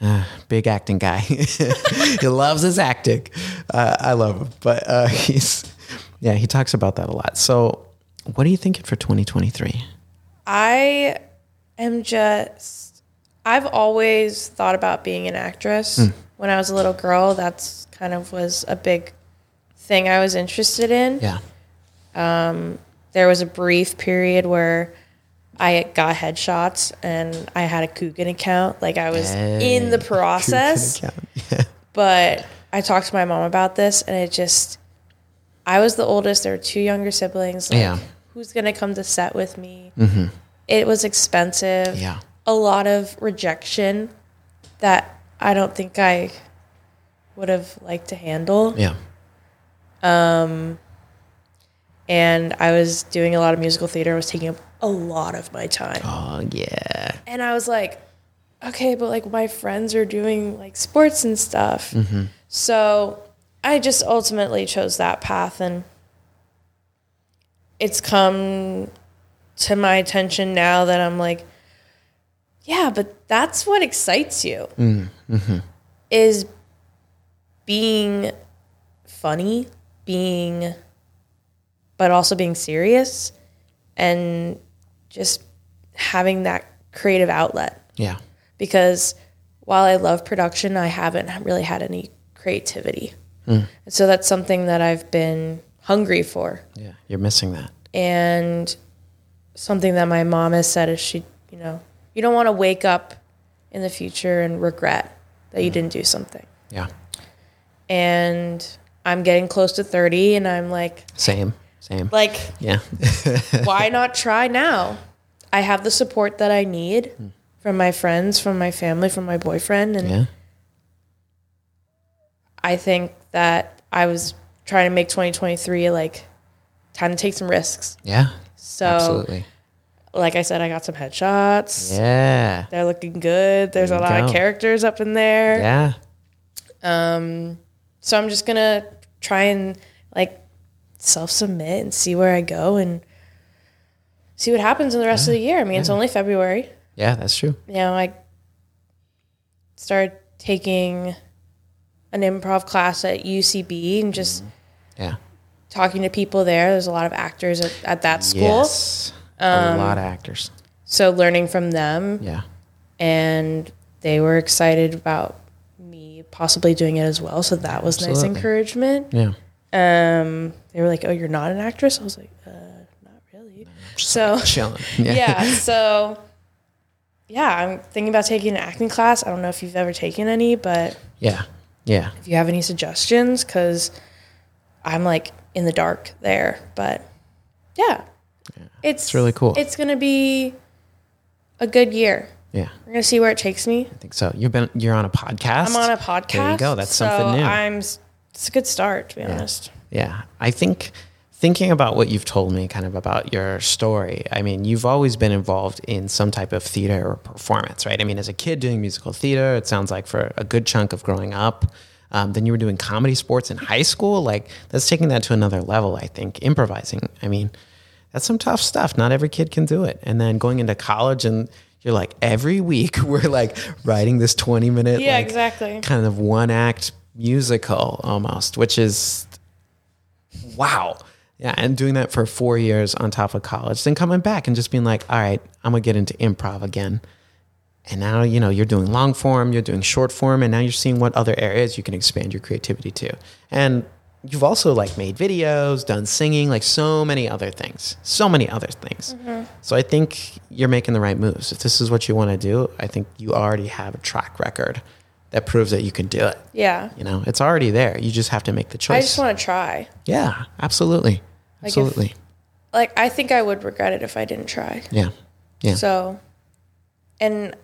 uh, big acting guy. [LAUGHS] he loves his acting. Uh, I love him, but uh, he's yeah, he talks about that a lot. So, what are you thinking for 2023?
I am just I've always thought about being an actress. When I was a little girl, that's kind of was a big thing I was interested in.
Yeah,
There was a brief period where I got headshots and I had a Coogan account. Like I was in
[LAUGHS]
the process but I talked to my mom about this, and it just, I was the oldest. There were two younger siblings. Like,
Yeah. Mm-hmm.
Who's gonna come to set with me? It was expensive.
Yeah.
A lot of rejection that I don't think I would have liked to handle.
Yeah,
And I was doing a lot of musical theater. I was taking up a lot of my time.
oh yeah,
and I was like, okay, but like my friends are doing like sports and stuff. So I just ultimately chose that path and it's come to my attention now that I'm like, yeah, but that's what excites you is being funny, being, but also being serious and just having that creative outlet
yeah,
because while I love production, I haven't really had any creativity. And so that's something that I've been hungry for
yeah. You're missing that.
and something that my mom has said is she, you know, you don't want to wake up in the future and regret that you didn't do something.
Yeah,
And I'm getting close to 30 and I'm like
same, same.
like
yeah,
why not try now? I have the support that I need from my friends, from my family, from my boyfriend and
Hmm. yeah,
I think that I was trying to make 2023 like time to take some risks.
yeah.
So,
Absolutely.
like I said, I got some headshots.
Yeah,
They're looking good. There's
There
a
you
lot
go.
of characters up in there.
yeah,
So, I'm just going to try and like self submit and see where I go and see what happens in the rest of the year. I mean, it's only February.
yeah. That's true.
you know, I started taking an improv class at UCB and just
Mm-hmm. Yeah.
talking to people there. There's a lot of actors at, at that school. Um,
Yes. a lot of actors.
So learning from them
Yeah.
and they were excited about me possibly doing it as well. So that was nice
Absolutely.
encouragement.
Yeah.
Um, they were like, oh, you're not an actress? I was like, uh, not really. So [LAUGHS]
Chilling. [LAUGHS]
yeah, so yeah, I'm thinking about taking an acting class. I don't know if you've ever taken any, but
Yeah. Yeah.
if you have any suggestions because i'm like in the dark there but yeah, it's,
really cool.
it's gonna be a good year
Yeah.
we're gonna see where it takes me
I think so. You've been you're on a podcast.
i'm on a podcast
There you go. That's
so
something new.
i'm s- it's a good start to be honest
Yeah. I think thinking about what you've told me kind of about your story i mean you've always been involved in some type of theater or performance right i mean as a kid doing musical theater it sounds like for a good chunk of growing up um, then you were doing comedy sports in high school like that's taking that to another level i think improvising i mean that's some tough stuff not every kid can do it and then going into college and you're like every week [LAUGHS] we're like writing this 20 minute
Yeah,
like,
exactly.
kind of one act musical almost which is wow yeah and doing that for four years on top of college then coming back and just being like all right i'm gonna get into improv again and now you know you're doing long form you're doing short form and now you're seeing what other areas you can expand your creativity to and you've also like made videos done singing like so many other things so many other things
Mm-hmm.
so i think you're making the right moves if this is what you want to do i think you already have a track record that proves that you can do it
Yeah.
you know it's already there you just have to make the choice
I just want to try.
yeah absolutely
if-
absolutely
Like I think I would regret it if I didn't try.
yeah yeah
So, and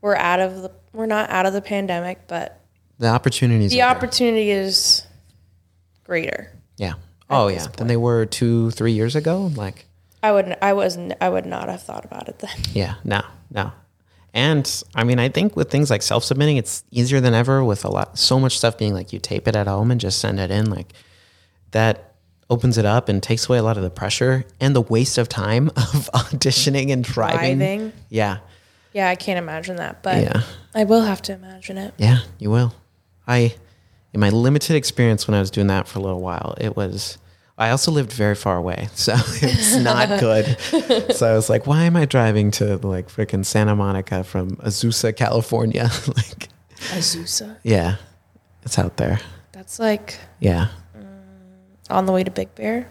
we're out of the we're not out of the pandemic, but
the opportunities
the
are there.
opportunity is greater.
yeah oh yeah than they were two three years ago like
I wouldn't. I wasn't. I would not have thought about it then. [LAUGHS]
Yeah, no, no. And I mean, I think with things like self submitting, it's easier than ever with a lot, so much stuff being like you tape it at home and just send it in. Like that opens it up and takes away a lot of the pressure and the waste of time [LAUGHS] of auditioning and driving.
Driving.
Yeah,
Yeah, I can't imagine that, but
yeah,
I will have to imagine it.
yeah, you will. I, in my limited experience when I was doing that for a little while, it was. I also lived very far away, [LAUGHS] so it's not good. so I was like, why am I driving to like freaking Santa Monica from Azusa, California? [LAUGHS] like,
Azusa.
yeah, it's out there.
That's like
Yeah.
on the way to Big Bear.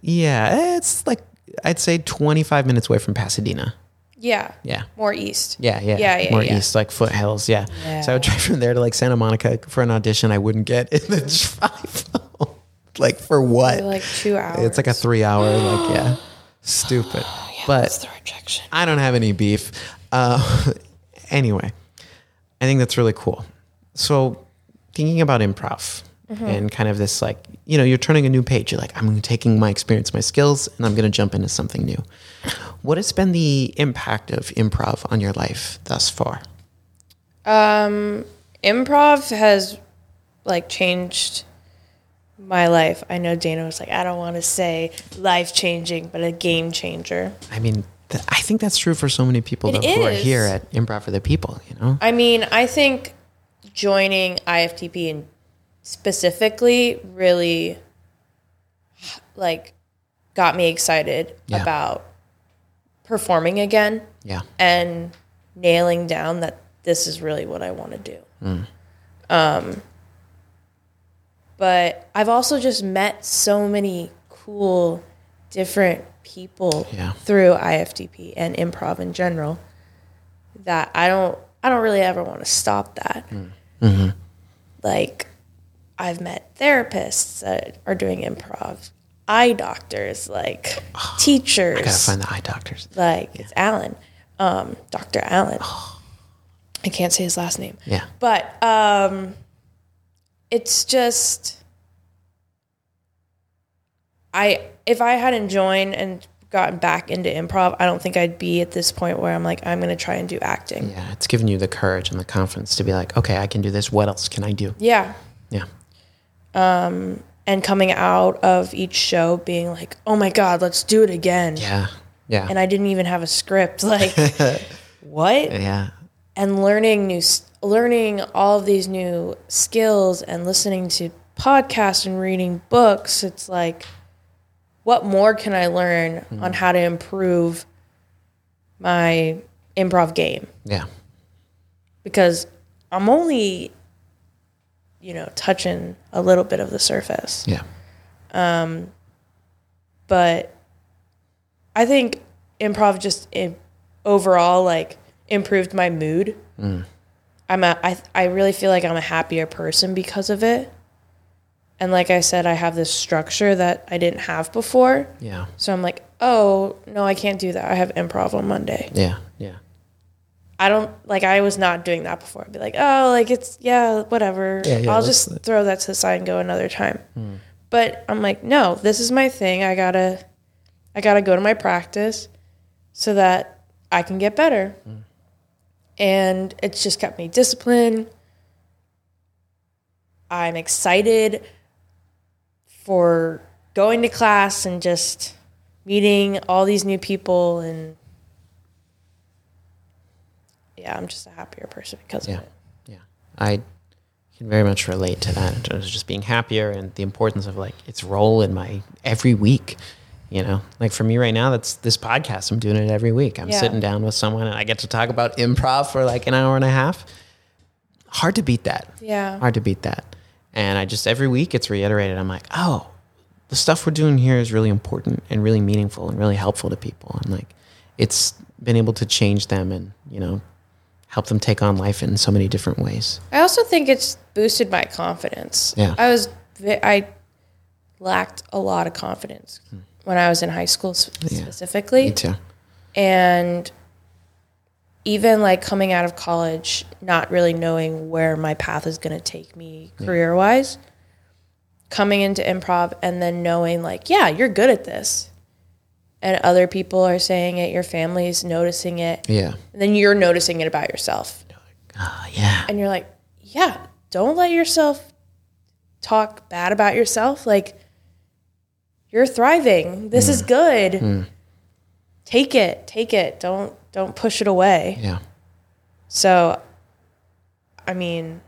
Yeah, it's like, I'd say 25 minutes away from Pasadena.
Yeah.
Yeah.
More east.
Yeah, yeah,
Yeah, yeah,
more
yeah.
east, like foothills. Yeah. So I would drive from there to like Santa Monica for an audition. I wouldn't get in the [LAUGHS] drive, home. like for what?
They're like two hours.
It's like a three-hour, like
[GASPS]
yeah,
[SIGHS]
stupid.
That's
but
the rejection.
I don't have any beef. Uh, [LAUGHS] anyway, I think that's really cool. So thinking about improv
Mm-hmm.
and kind of this like, you know, you're turning a new page. You're like, I'm taking my experience, my skills, and I'm going to jump into something new. What has been the impact of improv on your life thus far?
improv has like changed my life. I know Dana was like, I don't want to say life changing, but a game changer.
I mean, th- I think that's true for so many people
It
that, who are
is.
here at Improv for the People, you know?
I mean, I think joining IFTP and specifically really like got me excited
Yeah.
about performing again
Yeah.
and nailing down that this is really what I want to do. Um,
Mm.
but I've also just met so many cool, different people
Yeah.
through IFDP and improv in general that I don't I don't really ever want to stop that.
Mm. Mm-hmm.
Like I've met therapists that are doing improv, eye
[SIGHS]
doctors, like teachers
Gotta find the eye doctors.
like it's Allen, um, Dr. Allen. I can't say his last name,
Yeah.
but um, it's just I if I hadn't joined and gotten back into improv, I don't think I'd be at this point where I'm like I'm gonna try and do acting.
Yeah. It's given you the courage and the confidence to be like, okay, I can do this. What else can I do?
Yeah,
Yeah.
and coming out of each show being like, oh my god, let's do it again.
Yeah. Yeah.
And I didn't even have a script. Like, what?
yeah.
and learning new s- learning all of these new skills and listening to podcasts and reading books it's like what more can i learn on how to improve my improv game
Yeah.
because i'm only you know touching a little bit of the surface
Yeah.
but I think improv just i overall like improved my mood. I'm a, I, I really feel like I'm a happier person because of it. And like I said, I have this structure that I didn't have before.
Yeah.
So I'm like, oh, no, I can't do that. I have improv on Monday.
Yeah. Yeah.
I don't like, I was not doing that before. I'd be like, oh, like it's, yeah, whatever.
Yeah, yeah,
I'll
that's- Hmm.
just throw that to the side and go another time. But I'm like, no, this is my thing. I gotta, I gotta go to my practice so that I can get better. And it's just kept me disciplined. I'm excited for going to class and just meeting all these new people and yeah, I'm just a happier person because
Yeah.
of it.
Yeah. I can very much relate to that in terms of just being happier and the importance of like its role in my every week. You know, like for me right now, that's this podcast. I'm doing it every week. I'm
Yeah.
sitting down with someone and I get to talk about improv for like an hour and a half. Hard to beat that.
Yeah.
Hard to beat that. And I just every week it's reiterated. I'm like, oh, the stuff we're doing here is really important and really meaningful and really helpful to people. And like it's been able to change them and, you know, help them take on life in so many different ways.
I also think it's boosted my confidence.
Yeah.
I was ve- I lacked a lot of confidence when I was in high school s-
Hmm. Yeah.
specifically.
Me too.
and even like coming out of college not really knowing where my path is going to take me career wise coming into improv and then knowing like yeah you're good at this and other people are saying it your family's noticing it
Yeah.
and then you're noticing it about yourself Oh,
Uh, yeah.
and you're like yeah don't let yourself talk bad about yourself like you're thriving this is good take it take it don't don't push it away
Yeah.
so i mean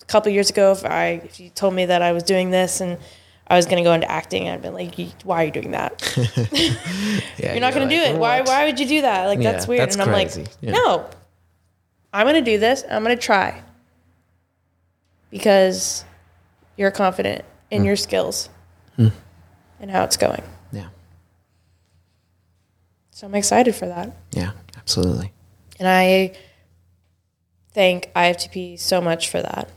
a couple years ago if i if you told me that i was doing this and i was going to go into acting i'd been like "You- why are you doing that
yeah
you're not going to do it. Why? Why would you do that? Like that's
Yeah,
weird.
that's
and I'm
crazy.
like,
Yeah.
no, I'm going to do this. I'm going to try because you're confident
Hmm.
in your skills and how it's going.
Yeah.
So I'm excited for that,
Yeah. Absolutely.
and I thank IFTP so much for that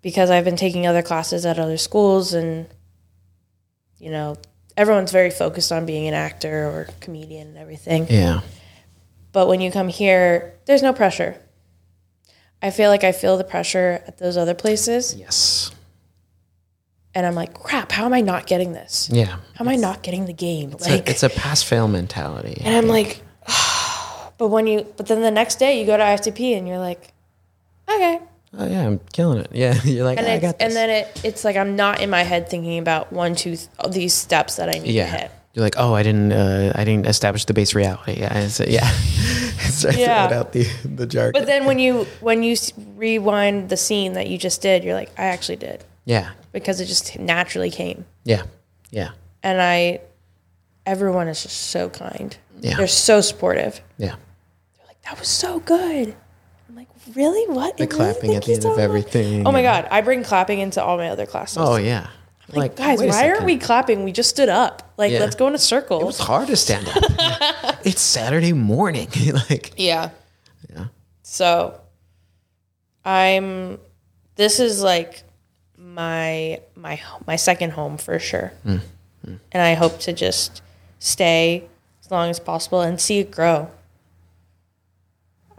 because I've been taking other classes at other schools and you know. Everyone's very focused on being an actor or comedian and everything.
Yeah.
But when you come here, there's no pressure. I feel like I feel the pressure at those other places.
Yes.
And I'm like, crap, how am I not getting this?
Yeah.
How am I not getting the game?
It's,
Like,
a, it's a pass fail mentality.
and I'm like, "Ah." but when you, but then the next day you go to IFTP and you're like, okay.
oh yeah, I'm killing it. Yeah. [LAUGHS] You're like,
And,
I
it's,
got this.
and then it, it's like, I'm not in my head thinking about one, two, th- these steps that I need to
yeah.
hit.
You're like, oh, I didn't, uh, I didn't establish the base reality. Yeah, it's, uh, yeah. [LAUGHS] it's right
Yeah.
out the the jargon.
But then when you, when you s- rewind the scene that you just did, you're like, I actually did
yeah,
because it just naturally came.
yeah, yeah,
and I, everyone is just so kind.
Yeah.
They're so supportive.
yeah.
They're like, that was so good. I'm like, really? What?
The
Really?
clapping at
Thank
the
you
end
so
of
much."
everything.
Oh my God. I bring clapping into all my other classes.
Oh yeah.
like, guys,
wait a
why aren't
second.
we clapping? We just stood up. Like,
Yeah.
let's go in a circle.
It's hard to stand
[LAUGHS]
up. it's Saturday morning. [LAUGHS] like,
yeah.
yeah,
So I'm, this is like my, my, my second home for sure.
Hmm.
And I hope to just stay as long as possible and see it grow.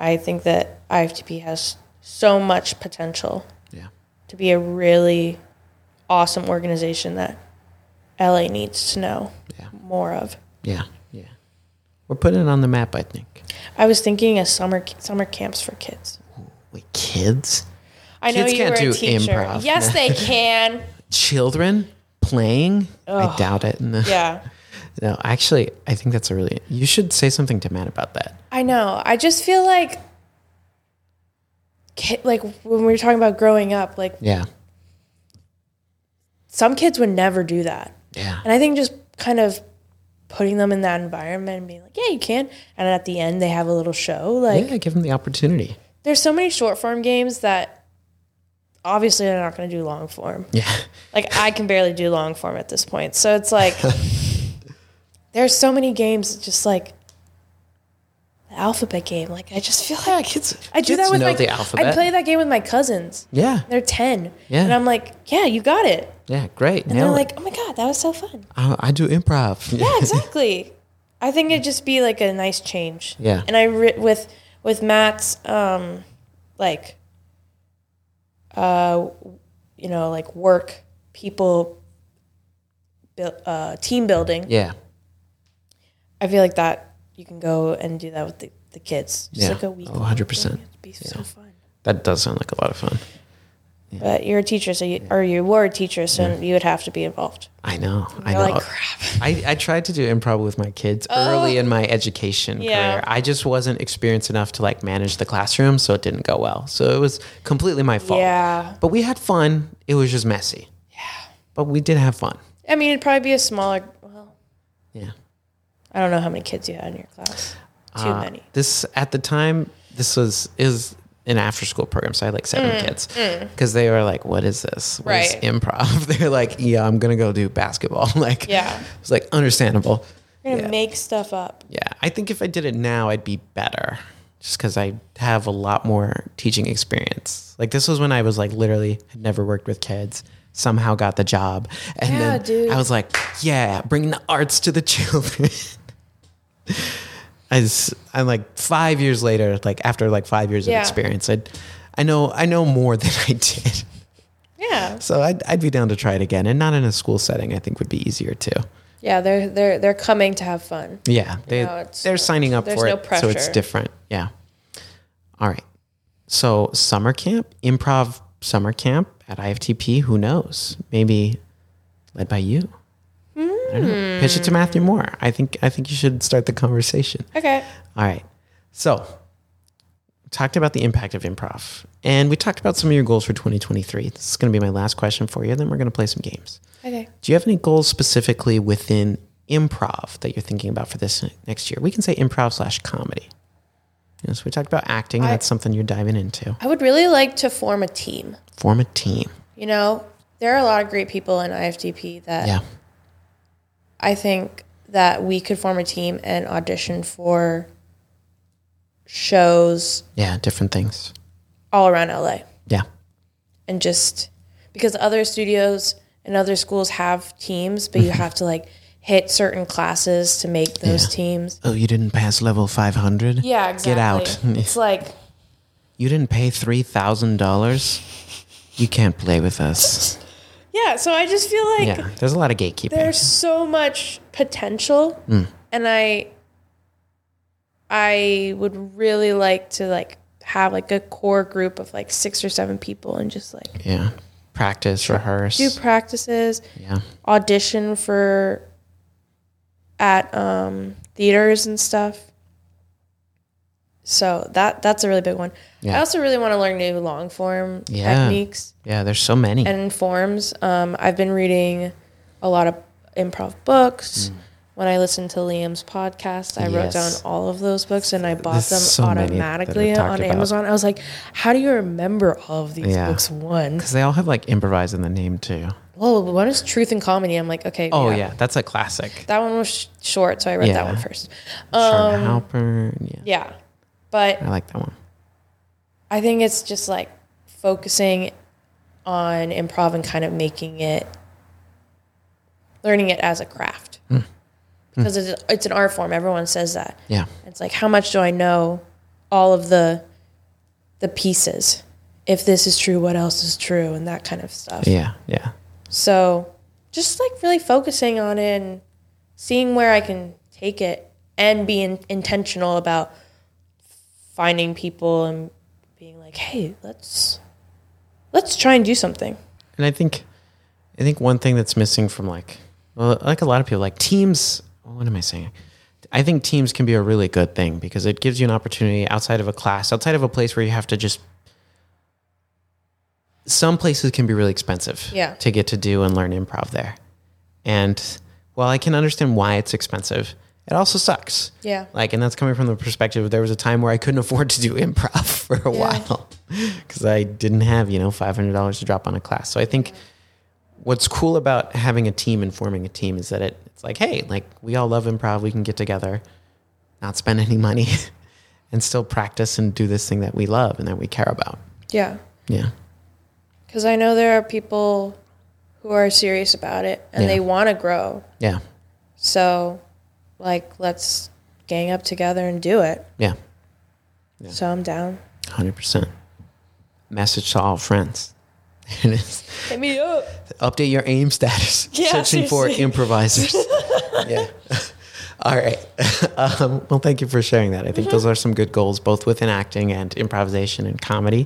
I think that IFTP has so much potential
yeah,
to be a really awesome organization that LA needs to know
Yeah.
more of.
yeah, yeah. We're putting it on the map, I think.
I was thinking of summer summer camps for kids.
Wait, kids,
I know
Kids
you
can't
were a
do
teacher.
improv.
Yes,
[LAUGHS]
they can.
children playing? I doubt it. No.
Yeah.
No, actually, I think that's a really. You should say something to Matt about that.
I know. I just feel like ki- like when we were talking about growing up, like
Yeah,
some kids would never do that.
yeah,
And I think just kind of putting them in that environment and being like, "Yeah, you can." And at the end they have a little show like
yeah. Give them the opportunity.
there's so many short form games that obviously they're not going to do long form.
Yeah,
Like I can barely do long form at this point. So
[LAUGHS]
it's like there's so many games just like the alphabet game. Like I just feel like
yeah. Kids,
I do
kids
that with
know
my
the alphabet.
I play that game with my cousins.
Yeah,
They're 10.
Yeah.
And I'm like, "Yeah, you got it."
yeah. Great.
And they're
Now,
like, "Oh my god, that was so fun."
I, I do improv.
Yeah, exactly. I think it'd just be like a nice change.
Yeah.
And I re- with with Matt's um like uh you know, like work, people, buil- uh, team building.
[LAUGHS] Yeah.
I feel like that you can go and do that with the, the kids. Just
Yeah.
like a week.
Oh,
long
100%.
thing. It'd be so fun.
That does sound like a lot of fun.
But you're a teacher, so you, or you were a teacher, so you would have to be involved.
I know. I
You're
know.
like, crap. Oh.
I, I tried to do improv with my kids early in my education
Yeah.
career. I just wasn't experienced enough to like manage the classroom, so it didn't go well. So it was completely my fault.
Yeah.
But we had fun. It was just messy. Yeah. But we did have fun.
I mean, it'd probably be a smaller. Well,
Yeah.
I don't know how many kids you had in your class. Too
Uh,
many.
This at the time, this was is an after school program, so I had like seven kids because they were like, "What is this? What is
Mm, Right.
improv?" [LAUGHS] They're like, "Yeah, I'm gonna go do basketball." [LAUGHS] like,
Yeah.
it's like understandable.
You're gonna
Yeah.
make stuff up.
Yeah, I think if I did it now, I'd be better just because I have a lot more teaching experience. Like, this was when I was like literally had never worked with kids, somehow got the job. And
Yeah,
then
dude.
I was like, yeah, bringing the arts to the [LAUGHS] children. I just, I'm like five years later, like after like five years
Yeah.
of experience, I, I know I know more [LAUGHS] than I did.
Yeah.
So I'd, I'd be down to try it again, and not in a school setting. I think would be easier too.
Yeah, they're they're they're coming to have fun.
Yeah, they
know, it's-
they're signing up
there's
for
no
it, so it's
pressure.
different. Yeah. All right. So summer camp, improv summer camp at IFTP. Who knows? Maybe led by you. I don't
Hmm.
know. Pitch it to Matthew Moore. I think I think you should start the conversation.
Okay.
All right. So talked about the impact of improv, and we talked about some of your goals for 2023. This is going to be my last question for you. Then we're going to play some games.
Okay.
Do you have any goals specifically within improv that you're thinking about for this next year? We can say improv slash comedy. You know, so we talked about acting. that's something you're diving into.
I would really like to form a team.
Form a team.
You know, there are a lot of great people in IFTP that
Yeah.
I think that we could form a team and audition for shows
Yeah. Different things.
all around LA
Yeah.
and just because other studios and other schools have teams, but you have to like hit certain classes to make those
Mm-hmm. Yeah.
teams.
Oh, you didn't pass level 500?
Yeah, exactly.
Get [LAUGHS] out.
It's like
you didn't pay $3,000? You can't play with us.
yeah, so I just feel
[LAUGHS]
like
Yeah. There's a lot of gatekeeping.
there's so much potential
Mm.
and i i would really like to like have like a core group of like six or seven people and just like
yeah. Practice, rehearse.
do practices
yeah.
audition for at um theaters and stuff so that that's a really big one i
Yeah.
also really want to learn new long form
Yeah.
techniques
Yeah. There's so many.
and forms. Um, I've been reading a lot of improv books. When I listened to Liam's podcast, I wrote
Mm. Yes.
down all of those books and I bought
There's so
them
many that are
automatically
talked
on
about.
Amazon. I was like, how do you remember all of these
Yeah.
books? One.
Because they all have like improvise in the name too.
Well, one is Truth and Comedy. I'm like, okay.
Oh, yeah. That's a classic.
That one was sh- short, so I read that
Yeah.
one first.
Sharon Halpern. Yeah.
Yeah. But
I like that one.
I think it's just like focusing on improv and kind of making it, learning it as a craft. Because it's, it's an art form. Everyone says that.
Yeah.
It's like, how much do I know all of the, the pieces? If this is true, what else is true? And that kind of stuff.
Yeah. Yeah.
So just like really focusing on it and seeing where I can take it and being intentional about finding people and being like, hey, let's let's try and do something.
And I think, I think one thing that's missing from like, well, like a lot of people, like teams, what am I saying? I think teams can be a really good thing because it gives you an opportunity outside of a class, outside of a place where you have to just. Some places can be really expensive
Yeah.
to get to do and learn improv there. And while I can understand why it's expensive, it also sucks.
Yeah.
Like, and that's coming from the perspective of there was a time where I couldn't [LAUGHS] afford to do improv [LAUGHS] for a while [LAUGHS] because I didn't have, you know, $500 to drop on a class. So I think what's cool about having a team and forming a team is that it, it's like, hey, like we all love improv. We can get together, not spend any money, [LAUGHS] and still practice and do this thing that we love and that we care about.
Yeah.
Yeah.
Cause I know there are people who are serious about it and
Yeah.
they wanna grow.
Yeah.
So like let's gang up together and do it.
Yeah.
So I'm down.
100%. Message to all friends. [LAUGHS] And it's
Hit me up.
update your aim status.
[LAUGHS] Yeah,
Searching for
seriously. [LAUGHS]
improvisers. yeah. [LAUGHS] All right. [LAUGHS] Um, well, thank you for sharing that. I
Mm-hmm.
think those are some good goals, both within acting and improvisation and comedy.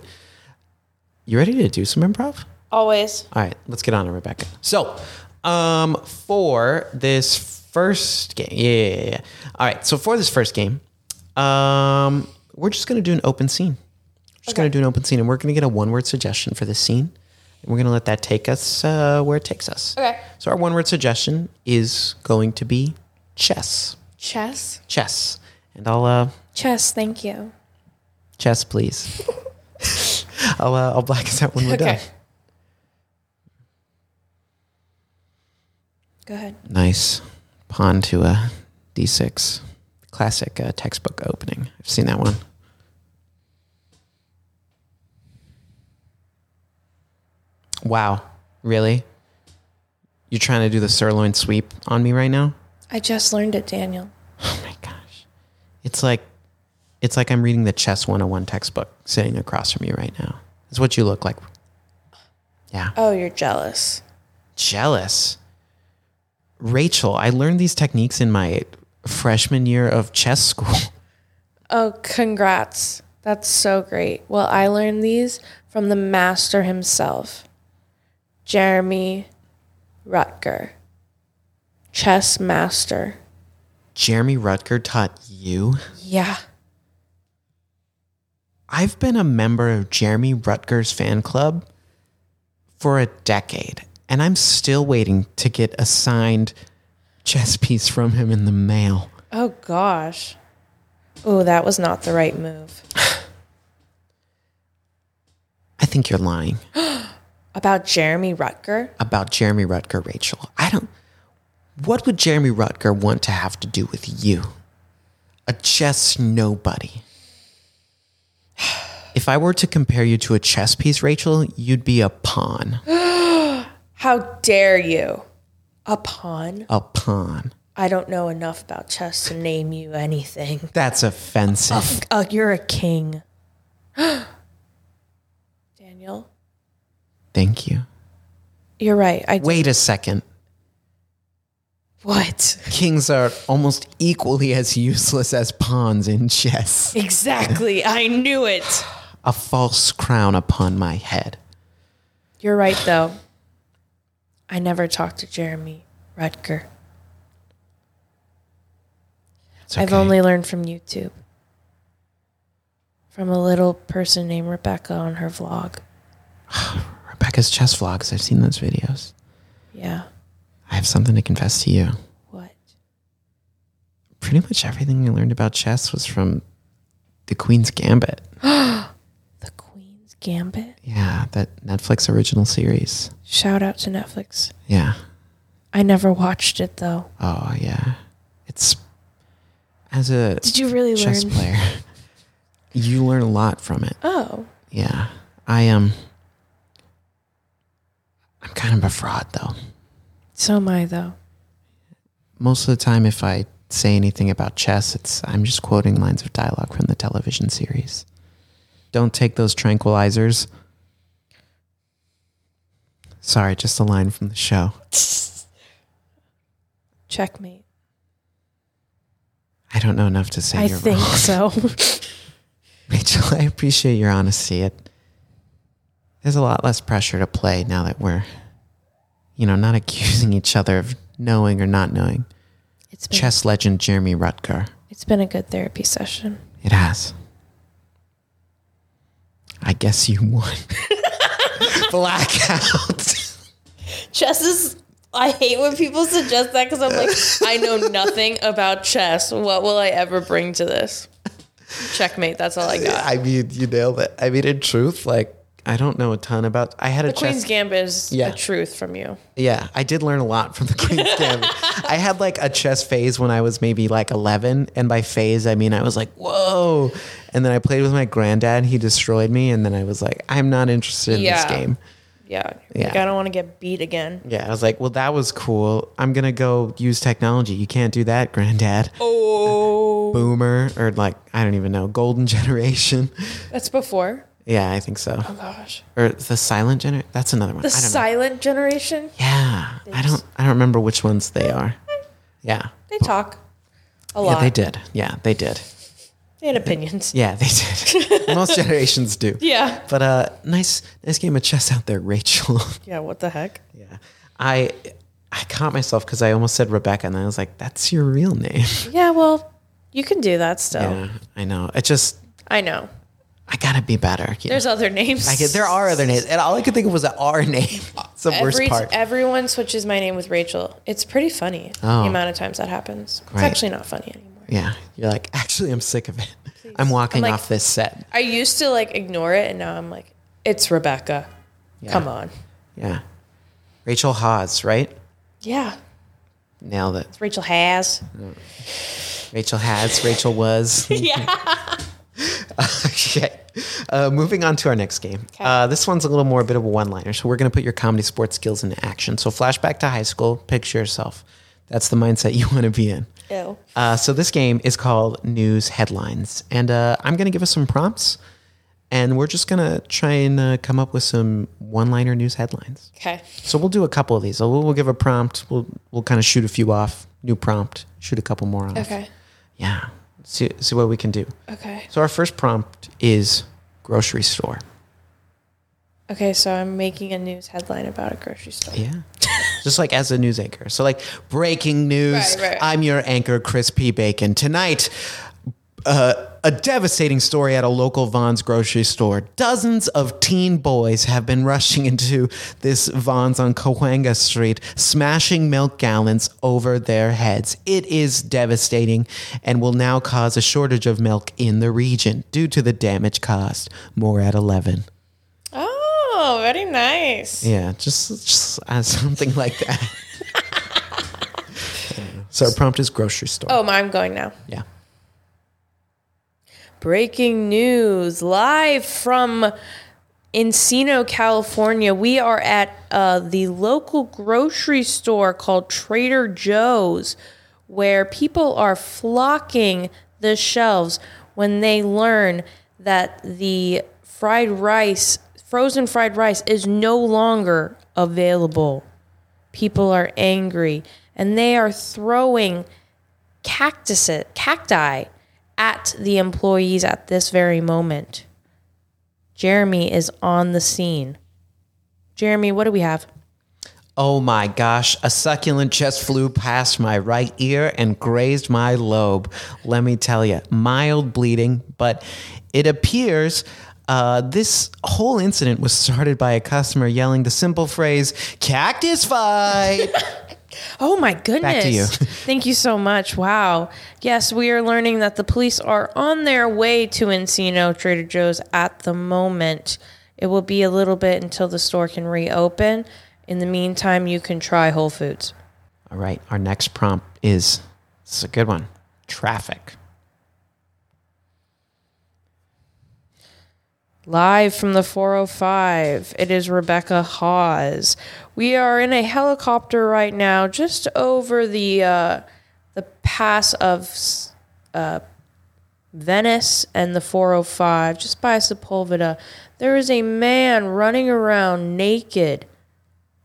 You ready to do some improv?
Always.
All right, let's get on it, Rebecca. So, um, for this first game, yeah, yeah, yeah, yeah. All right, so for this first game, um, we're just gonna do an open scene. We're just gonna do an open scene, and we're gonna get a one-word suggestion for this scene. And we're gonna let that take us uh, where it takes us.
Okay.
So our one-word suggestion is going to be chess.
Chess.
Chess, and I'll uh,
Chess. Thank you.
chess,
[LAUGHS]
please. I'll uh, I'll black us out when we're
Okay.
done.
Go ahead.
Nice. Pawn to a d6. Classic uh, textbook opening. I've seen that one. Wow. Really? You're trying to do the sirloin sweep on me right now?
I just learned it, Daniel.
Oh my gosh. It's like it's like I'm reading the chess 101 textbook sitting across from you right now. That's what you look like. Yeah.
Oh, you're jealous.
jealous. Rachel, I learned these techniques in my freshman year of chess school. [LAUGHS]
Oh, congrats. That's so great. Well, I learned these from the master himself, Jeremy Rutger, chess master.
Jeremy Rutger taught you?
Yeah.
I've been a member of Jeremy Rutger's fan club for a decade, and I'm still waiting to get a signed chess piece from him in the mail.
Oh, gosh. Oh, that was not the right move.
I think you're lying
About Jeremy Rutger?
about Jeremy Rutger, Rachel. I don't. What would Jeremy Rutger want to have to do with you? A chess nobody. [SIGHS] If I were to compare you to a chess piece, Rachel, you'd be a pawn.
How dare you? A pawn?
A pawn.
I don't know enough about chess to name you anything.
That's offensive.
Uh, you're a king. [GASPS] Daniel,
Thank you.
you're right. I
Wait a second. [LAUGHS]
what?
Kings are almost equally as useless as pawns in chess.
Exactly. I knew it.
A false crown upon my head.
You're right though. I never talked to Jeremy Rutger.
It's
I've
okay.
only learned from YouTube. From a little person named Rebecca on her vlog.
Rebecca's chess vlogs. I've seen those videos.
Yeah.
I have something to confess to you.
What?
Pretty much everything I learned about chess was from The Queen's Gambit.
The Queen's Gambit?
Yeah, that Netflix original series.
Shout out to Netflix.
Yeah.
I never watched it though.
Oh, yeah. It's as a
Did you really
chess
learn?
player, [LAUGHS] you learn a lot from it.
Oh.
Yeah. I am. I'm kind of a fraud, though.
So am I though.
Most of the time, if I say anything about chess, it's I'm just quoting lines of dialogue from the television series. Don't take those tranquilizers. Sorry, just a line from the show.
Checkmate.
I don't know enough to say
I
you're
think
wrong.
so.
[LAUGHS] Rachel, I appreciate your honesty. It there's a lot less pressure to play now that we're you know, not [LAUGHS] accusing each other of knowing or not knowing.
it's been
Chess legend Jeremy Rutger.
it's been a good therapy session.
It has. I guess you won. [LAUGHS] Blackout. [LAUGHS]
Chess is. I hate when people suggest that because I'm like, I know nothing about chess. What will I ever bring to this? Checkmate. That's all I got.
I mean, you nailed it. I mean, in truth, like I don't know a ton about. I had a
The Queen's
chess.
Gambit is
Yeah.
the truth from you.
yeah, I did learn a lot from the
[LAUGHS]
Queen's Gambit. I had like a chess phase when I was maybe like 11, and by phase I mean I was like, whoa. And then I played with my granddad. He destroyed me, and then I was like, I'm not interested in
Yeah.
this game.
Yeah.
Yeah.
Like, I don't want to get beat again.
Yeah, I was like, well, that was cool. I'm gonna go use technology. You can't do that, granddad.
Oh.
boomer or like I don't even know golden [LAUGHS] generation.
That's before.
Yeah, I think so.
Oh gosh.
Or the silent gener That's another one.
The
I don't know.
silent generation.
Yeah, I don't. I don't remember which ones they are. Yeah,
They talk a lot.
yeah, they did. Yeah, they did.
They
[LAUGHS]
had opinions.
Yeah, they did.
[LAUGHS]
Most generations do.
Yeah.
But uh, nice, nice game of chess out there, Rachel. [LAUGHS]
Yeah, what the heck?
yeah, I, I caught myself because I almost said Rebecca, and then I was like, "That's your real name."
Yeah, well, you can do that
Oh.
still.
Yeah, I know. It just,
I know.
I gotta be better. you
There's
know.
other [LAUGHS] names.
I get, there are other names, and all I could think of was an R name. [LAUGHS] It's the worst
Every,
part.
Everyone switches my name with Rachel. It's pretty funny
Oh.
the amount of times that happens. It's
Right.
actually not funny anymore.
yeah, you're like, actually, I'm sick of it. I'm walking
like-
off this set.
I used to like ignore it, and now I'm like, it's Rebecca. Come on.
Yeah, Rachel Haas, right?
Yeah.
Nailed it.
It's Rachel has.
Rachel has, Rachel was.
[LAUGHS] yeah.
okay. Uh, moving on to our next game. Uh, this one's a little more a bit of a one liner. So we're going to put your comedy sports skills into action. So flashback to high school, picture yourself. That's the mindset you want to be in.
Ew.
Uh, so this game is called News Headlines. And uh, I'm going to give us some prompts. And we're just going to try and uh, come up with some one liner news headlines.
Okay.
So we'll do a couple of these. So we'll, we'll give a prompt. We'll, we'll kind of shoot a few off. New prompt. Shoot a couple more off.
Okay.
Yeah. See, see what we can do.
Okay.
So our first prompt is grocery store.
Okay. So I'm making a news headline about a grocery store.
Yeah. [LAUGHS] Just like as a news anchor. So like breaking news.
Right, right.
I'm your anchor, Chris P. Bacon. Tonight, uh, a devastating story at a local Vaughn's grocery store. Dozens of teen boys have been rushing into this Vaughn's on Cahuenga Street, smashing milk gallons over their heads. It is devastating and will now cause a shortage of milk in the region due to the damage caused. More at 11.
Oh, very nice.
Yeah, just, just as something like that. I don't know. so our prompt is grocery store.
Oh, I'm going now.
Yeah.
Breaking news live from Encino, California. We are at uh, the local grocery store called Trader Joe's, where people are flocking the shelves when they learn that the fried rice, frozen fried rice, is no longer available. People are angry and they are throwing cactus cacti at the employees at this very moment. Jeremy is on the scene. Jeremy, what do we have?
Oh my gosh, a succulent just flew past my right ear and grazed my lobe. Let me tell you, mild bleeding, but it appears uh, this whole incident was started by a customer yelling the simple phrase, cactus fight.
Oh my goodness.
to you. [LAUGHS]
Thank you so much. Wow. Yes, we are learning that the police are on their way to Encino Trader Joe's at the moment. It will be a little bit until the store can reopen. In the meantime, you can try Whole Foods.
All right, our next prompt is this is a good one traffic.
Live from the 405, it is Rebecca Hawes. We are in a helicopter right now, just over the uh, the pass of uh, Venice and the 405, just by Sepulveda. There is a man running around naked,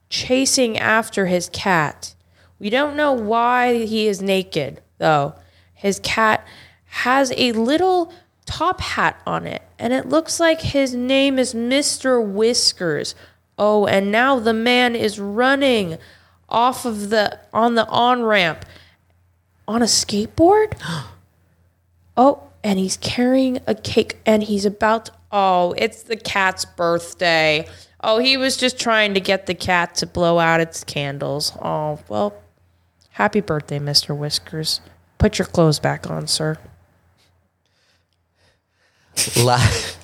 chasing after his cat. We don't know why he is naked, though. His cat has a little top hat on it, and it looks like his name is Mr. Whiskers. Oh, and now the man is running off of the on the on ramp on a skateboard. Oh, and he's carrying a cake and he's about oh, it's the cat's birthday. Oh, he was just trying to get the cat to blow out its candles. Oh, well, happy birthday, Mr. Whiskers. Put your clothes back on, sir.
live,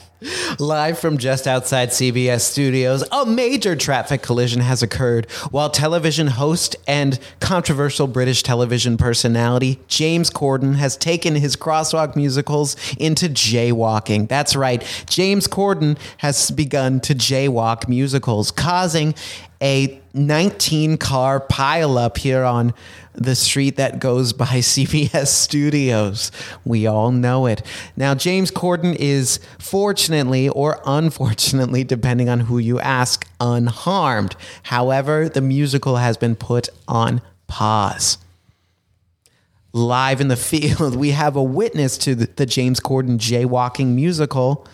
live from just outside CBS studios, a major traffic collision has occurred while television host and controversial British television personality James Corden has taken his crosswalk musicals into jaywalking. That's right, James Corden has begun to jaywalk musicals, causing a 19 car pileup here on the street that goes by [LAUGHS] CBS Studios. We all know it. Now, James Corden is fortunately or unfortunately, depending on who you ask, unharmed. However, the musical has been put on pause live in the [LAUGHS] field, we have a witness to the, the James Corden jaywalking musical,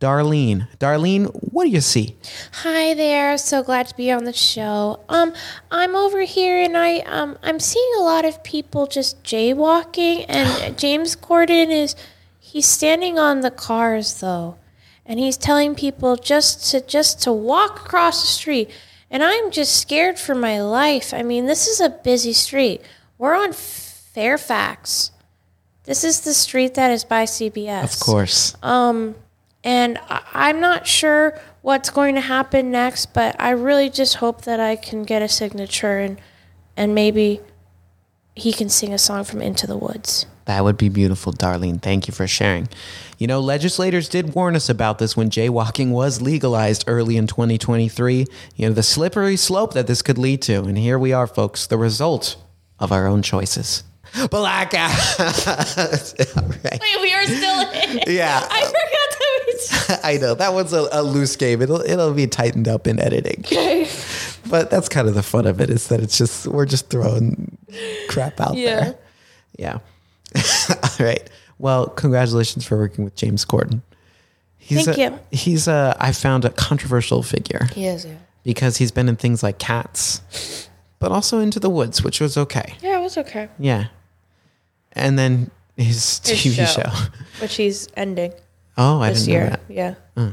Darlene. Darlene, what do you see?
Hi there. So glad to be on the show. Um, I'm over here and I um I'm seeing a lot of people just jaywalking and James Corden is he's standing on the cars though. And he's telling people just to just to walk across the street. And I'm just scared for my life. I mean, this is a busy street. We're on Fairfax. This is the street that is by CBS.
Of course.
And I- I'm not sure what's going to happen next, but I really just hope that I can get a signature and and maybe he can sing a song from Into the Woods.
That would be beautiful, Darlene. Thank you for sharing. You know, legislators did warn us about this when jaywalking was legalized early in 2023. You know, the slippery slope that this could lead to. And here we are, folks, the result of our own choices. Blackout. All right.
Wait, we are still in.
Yeah. [LAUGHS]
I forgot that we.
I know that one's a, a loose game. It'll it'll be tightened up in editing. [LAUGHS] but that's kind of the fun of it is that it's just we're just throwing crap out there. Yeah. [LAUGHS] All right. Well, congratulations for working with James Corden. He's
Thank
a,
you.
He's a I found a controversial figure
He is. Yeah.
because he's been in things like Cats, but also Into the Woods, which was okay.
Yeah, it was okay.
Yeah. And then his, TV show. [LAUGHS]
show. Which he's ending
Oh, I
this
didn't know
year.
that.
Yeah.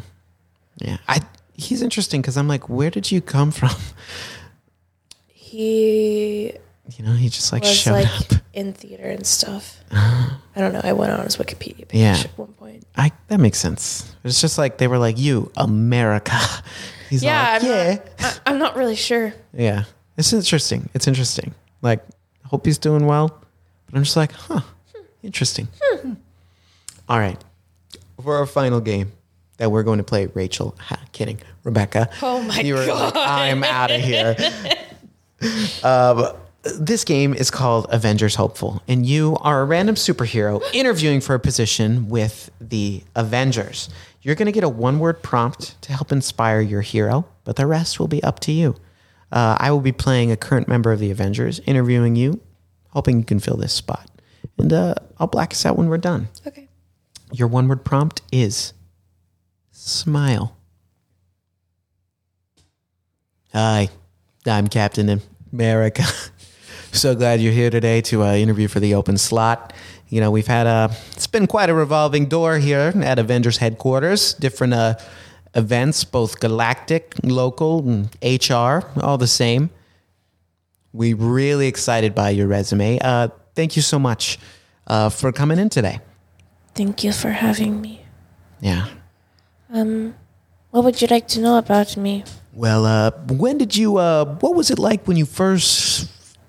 Yeah. I he's interesting because I'm like, where did you come from? [LAUGHS]
He
you know, he just like
was
showed
like
up.
in theater and
[LAUGHS]
stuff. I don't know. I went on his Wikipedia page
Yeah.
at one point.
I that makes sense. It's just like they were like, "You America." [LAUGHS] He's
Yeah,
like,
I'm
"Yeah,
not- I, I'm not really sure.
yeah." It's interesting. It's interesting. Like, hope he's doing well. But I'm just like, huh, interesting. All right, for our final game that we're going to play, Rachel. Ha, kidding, Rebecca. Oh my god! I'm out of
[LAUGHS]
here. this game is called Avengers Hopeful, and you are a random superhero interviewing for a position with the Avengers. You're going to get a one word prompt to help inspire your hero, but the rest will be up to you. Uh, I will be playing a current member of the Avengers, interviewing you, hoping you can fill this spot. And uh, I'll black us out when we're done.
Okay.
Your one word prompt is smile. Hi, I'm Captain America. [LAUGHS] so glad you're here today to uh, interview for the open slot. You know, we've had a, it's been quite a revolving door here at Avengers headquarters, different uh, events, both galactic, local, and HR, all the same. We really excited by your resume. Uh, thank you so much uh, for coming in today.
Thank you for having me.
Yeah.
What would you like to know about me?
Well, uh, when did you? Uh, what was it like when you first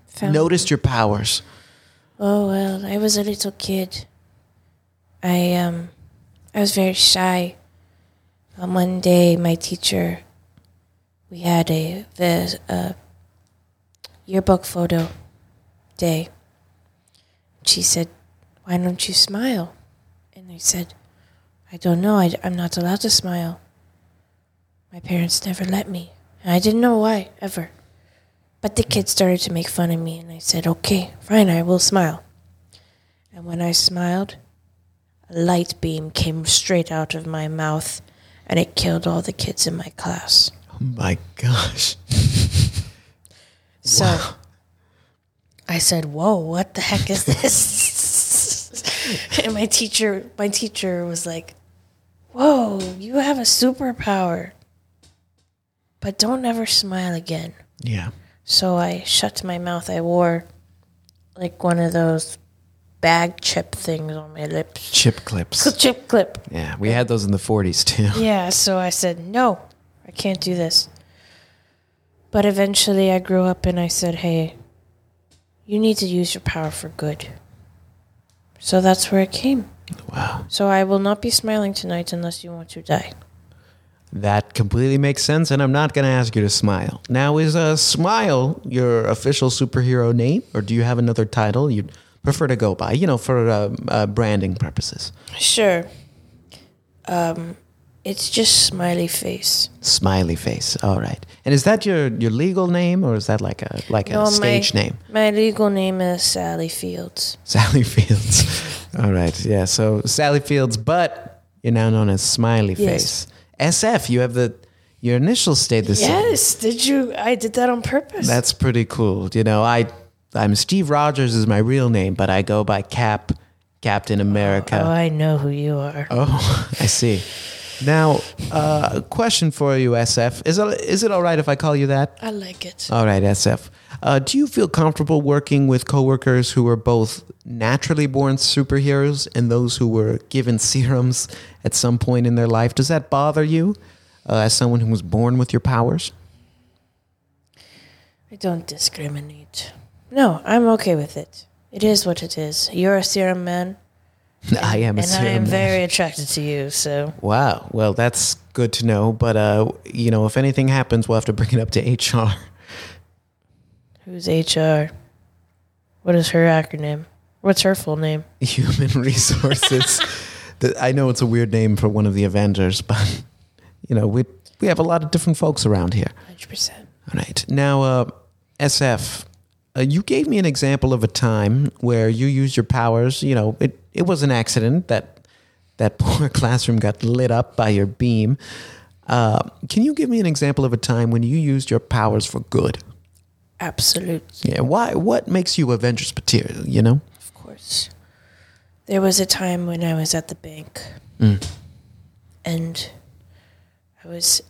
Found-
noticed your powers?
Oh well, I was a little kid. I um I was very shy. Um, one day my teacher we had a the uh, yearbook photo day. She said, "Why don't you smile?" And I said, "I don't know. I, I'm not allowed to smile. My parents never let me. And I didn't know why ever." But the kids started to make fun of me, and I said, okay, fine, I will smile. And when I smiled, a light beam came straight out of my mouth, and it killed all the kids in my class.
Oh my gosh!
So I said, whoa, what the heck is this? [LAUGHS] and my teacher, my teacher was like, whoa, you have a superpower. But don't ever smile again.
Yeah,
So I shut my mouth. I wore like one of those bag chip things on my lips.
chip clips.
Chip clip.
Yeah, we had those in the '40s too. [LAUGHS]
Yeah, so I said, no, I can't do this. But eventually I grew up and I said, hey, you need to use your power for good. So that's where it came.
Wow,
So I will not be smiling tonight unless you want to die.
That completely makes sense, and I'm not going to ask you to smile. Now, is uh, Smile your official superhero name, or do you have another title you'd prefer to go by, you know, for uh, uh, branding purposes?
Sure. Um, it's just smiley face.
Smiley Face, all right. And is that your, your legal name, or is that like a, like a
No,
stage
my,
name?
My legal name is Sally Fields.
Sally Fields. [LAUGHS] All right. Yeah. So Sally Fields, but you're now known as Smiley
Yes.
Face. SF, you have the your initials stayed the same.
Yes, did you? I did that on purpose.
That's pretty cool. You know, I I'm Steve Rogers is my real name, but I go by Cap, Captain America.
oh, I know who you are.
Oh, [LAUGHS] I see. Now, uh, a question for you, SF. Is it, is it all right if I call you that?
I like it.
All right, SF. Uh, do you feel comfortable working with coworkers who were both naturally born superheroes and those who were given serums at some point in their life? Does that bother you uh, as someone who was born with your powers? [LAUGHS]
I don't discriminate. No, I'm okay with it. It is what it is. You're a serum man,
I am a
and
serum.
I am
man.
very attracted to you. So
Wow. Well, that's good to know. But, uh, you know, if anything happens, we'll have to bring it up to HR.
who's HR? What is her acronym? What's her full name?
[LAUGHS] human resources. The- I know it's a weird name for one of the Avengers, [LAUGHS] but you know we we have a lot of different folks around here.
100%.
All right, now uh, SF, uh, you gave me an example of a time where you used your powers. You know, it it was an accident that that [LAUGHS] poor classroom got lit up by your beam. Uh, can you give me an example of a time when you used your powers for good?
Absolute,
Yeah, why? What makes you Avengers material? You know.
of course. There was a time when I was at the bank, and I was,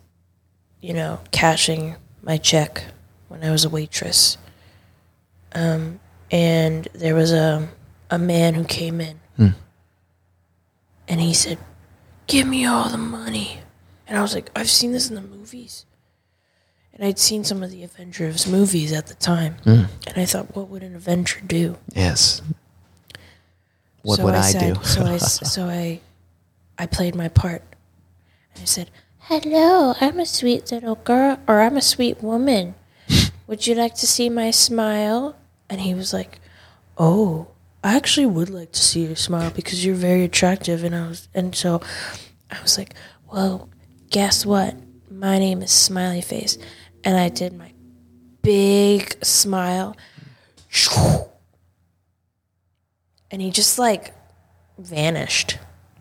you know, cashing my check when I was a waitress. Um, and there was a a man who came in, and he said, "Give me all the money." And I was like, "I've seen this in the movies." And I'd seen some of the Avengers movies at the time, and I thought, "What would an Avenger do?"
Yes. What
so
would I,
said,
do? [LAUGHS]
so I s- so I I played my part. And I said,
Hello, I'm a sweet little girl, or I'm a sweet woman. Would you like to see my smile?
and he was like, "Oh, I actually would like to see you smile because you're very attractive." And I was and so I was like, "Well, guess what? My name is Smiley Face." And I did my big smile. And he just like vanished.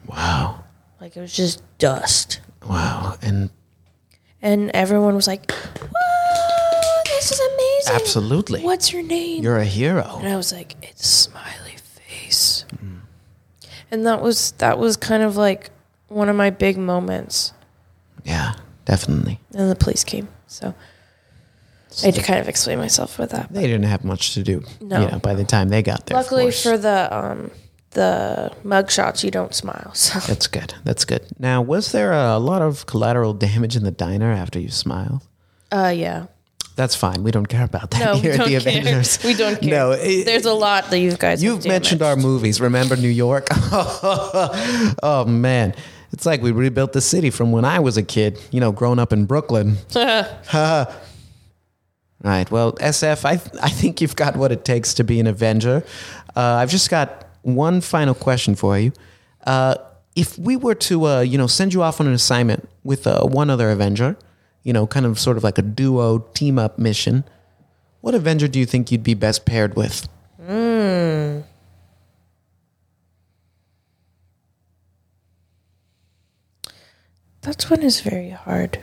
Wow.
Like it was just dust.
Wow. And
And everyone was like, "Whoa, this is amazing!
absolutely.
What's your name?"
You're a hero.
and I was like, "It's Smiley Face,"
Mm.
and that was that was kind of like one of my big moments.
Yeah, definitely.
And the police came, so I had to kind of explain myself with that.
They didn't have much to do.
No.
You know, by the time they got there. of
Luckily
course.
for the um, the mugshots, you don't smile. So
That's good. That's good. Now, was there a lot of collateral [LAUGHS] damage in the diner after you smiled?
uh, yeah,
That's fine. We don't care about that [LAUGHS]
no, we
here at
don't
the
care.
Avengers.
[LAUGHS] We don't care.
No, it-
there's a lot that you guys have
You've mentioned our
damaged.
movies. Remember New York? [LAUGHS] oh man, it's like we rebuilt the city from when I was a kid. You know, grown up in Brooklyn. right. Well, SF, I I think you've got what it takes to be an Avenger. Uh, I've just got one final question for you. Uh, if we were to, uh, you know, send you off on an assignment with uh, one other Avenger, you know, kind of sort of like a duo team up mission, what Avenger do you think you'd be best paired with?
That one is very hard,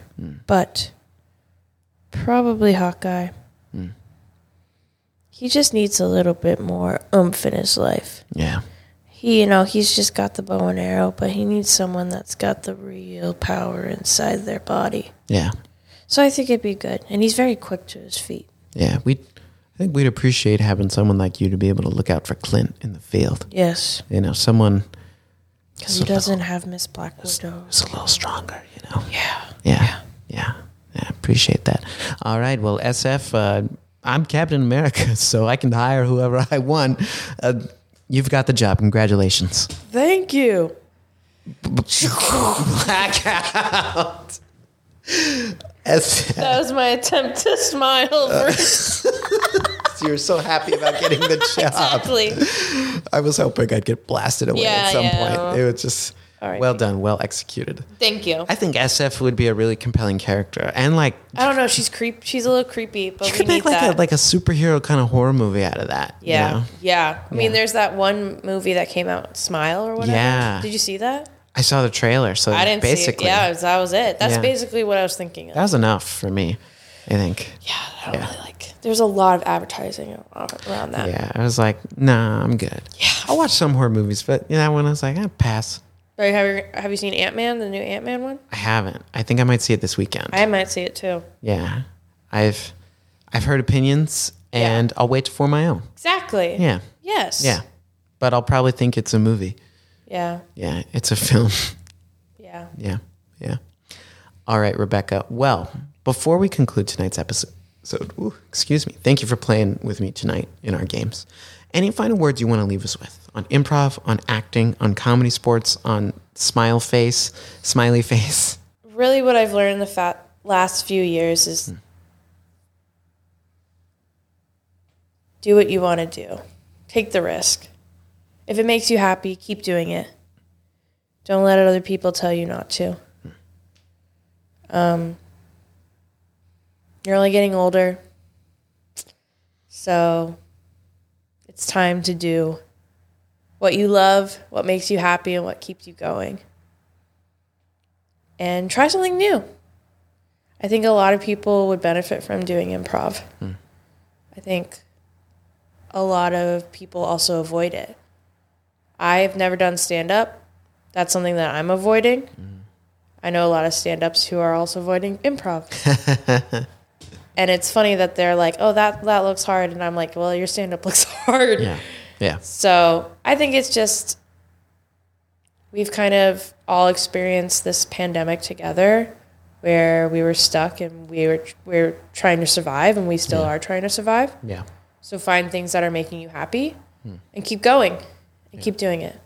but probably Hawkeye. He just needs a little bit more oomph in his life.
Yeah.
He, you know, he's just got the bow and arrow, but he needs someone that's got the real power inside their body.
Yeah.
So I think it'd be good. And he's very quick to his feet.
Yeah. We I think we'd appreciate having someone like you to be able to look out for Clint in the field.
Yes,
You know, someone
because he doesn't have Miss Black Widow.
who's a little stronger, you know. Yeah. Yeah. Yeah. Yeah. Appreciate that. All right. Well, SF, uh, I'm Captain America, [LAUGHS] so I can hire whoever I want. Uh, you've got the job. Congratulations.
Thank you.
Blackout. As,
[LAUGHS] That was my attempt to
[LAUGHS]
smile.
Uh,
you were so happy about getting
[LAUGHS]
the job.
Exactly.
I was hoping I'd get blasted away
Yeah,
at some
yeah.
point. It was just well done, well executed.
Thank you.
I think SF would be a really compelling character, and like
I don't know. She's creep. She's a little creepy, but
you
we
could make
need
like
that.
a like a superhero kind of horror movie out of that. you
yeah,
know?
yeah.
I mean, there's that one movie that came out, Smile or whatever.
Yeah.
Did you see that?
I saw the trailer, so
I didn't
basically
see it. Yeah, it was- that was it. That's
Yeah.
basically what I was thinking of.
that was enough for me. I think.
yeah, I don't really like. There's a lot of advertising around that.
Yeah, I was like, nah, I'm good. Yeah, I'll watch some horror movies, but you know, when I was like, I pass.
Barry, have you, have you seen Ant Man, the new Ant Man one?
I haven't. I think I might see it this weekend.
I might see it too.
yeah, I've I've heard opinions, and I'll wait for my own.
Exactly.
Yeah,
Yes.
yeah, but I'll probably think it's a movie.
Yeah.
Yeah, it's a [LAUGHS] film.
Yeah.
yeah, yeah. All right, Rebecca. Well, before we conclude tonight's episode, so ooh, excuse me. Thank you for playing with me tonight in our games. Any final words you want to leave us with on improv, on acting, on comedy sports, on smile face, smiley face? [LAUGHS]
Really, what I've learned in the fa- last few years is do what you want to do, take the risk. If it makes you happy, keep doing it. Don't let other people tell you not to. Um, you're only getting older, so it's time to do what you love, what makes you happy, and what keeps you going and try something new. I think a lot of people would benefit from doing improv. I think a lot of people also avoid it. I've never done stand up. That's something that I'm avoiding. I know a lot of stand ups who are also avoiding improv. and it's funny that they're like, oh, that, that looks hard. And I'm like, well, your stand up looks [LAUGHS] hard.
Yeah, yeah.
So I think it's just we've kind of all experienced this pandemic together, where we were stuck and we were we are trying to survive, and we still are trying to survive.
Yeah.
So find things that are making you happy, and keep going, and keep doing it,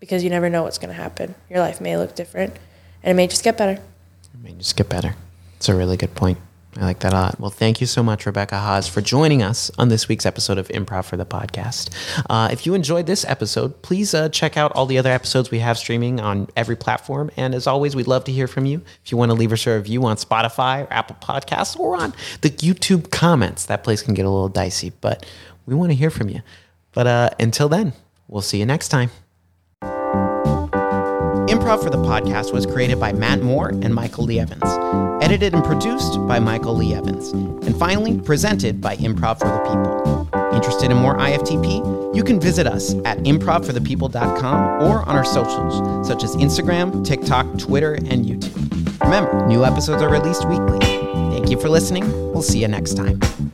because you never know what's going to happen. Your life may look different, and it may just get better.
I mean, just get better. It's a really good point. I like that a lot. Well, thank you so much, Rebecca Haas, for joining us on this week's episode of Improv for the Podcast. Uh, if you enjoyed this episode, please uh, check out all the other episodes we have streaming on every platform. And as always, we'd love to hear from you. If you want to leave us a review on Spotify or Apple Podcasts or on the YouTube comments, that place can get a little dicey, but we want to hear from you. But uh, until then, we'll see you next time. Improv for the podcast was created by Matt Moore and Michael Lee Evans, edited and produced by Michael Lee Evans, and finally presented by Improv for the People. Interested in more IFTP? You can visit us at improvforthepeople.com or on our socials such as Instagram, TikTok, Twitter, and YouTube. Remember, new episodes are released weekly. Thank you for listening. We'll see you next time.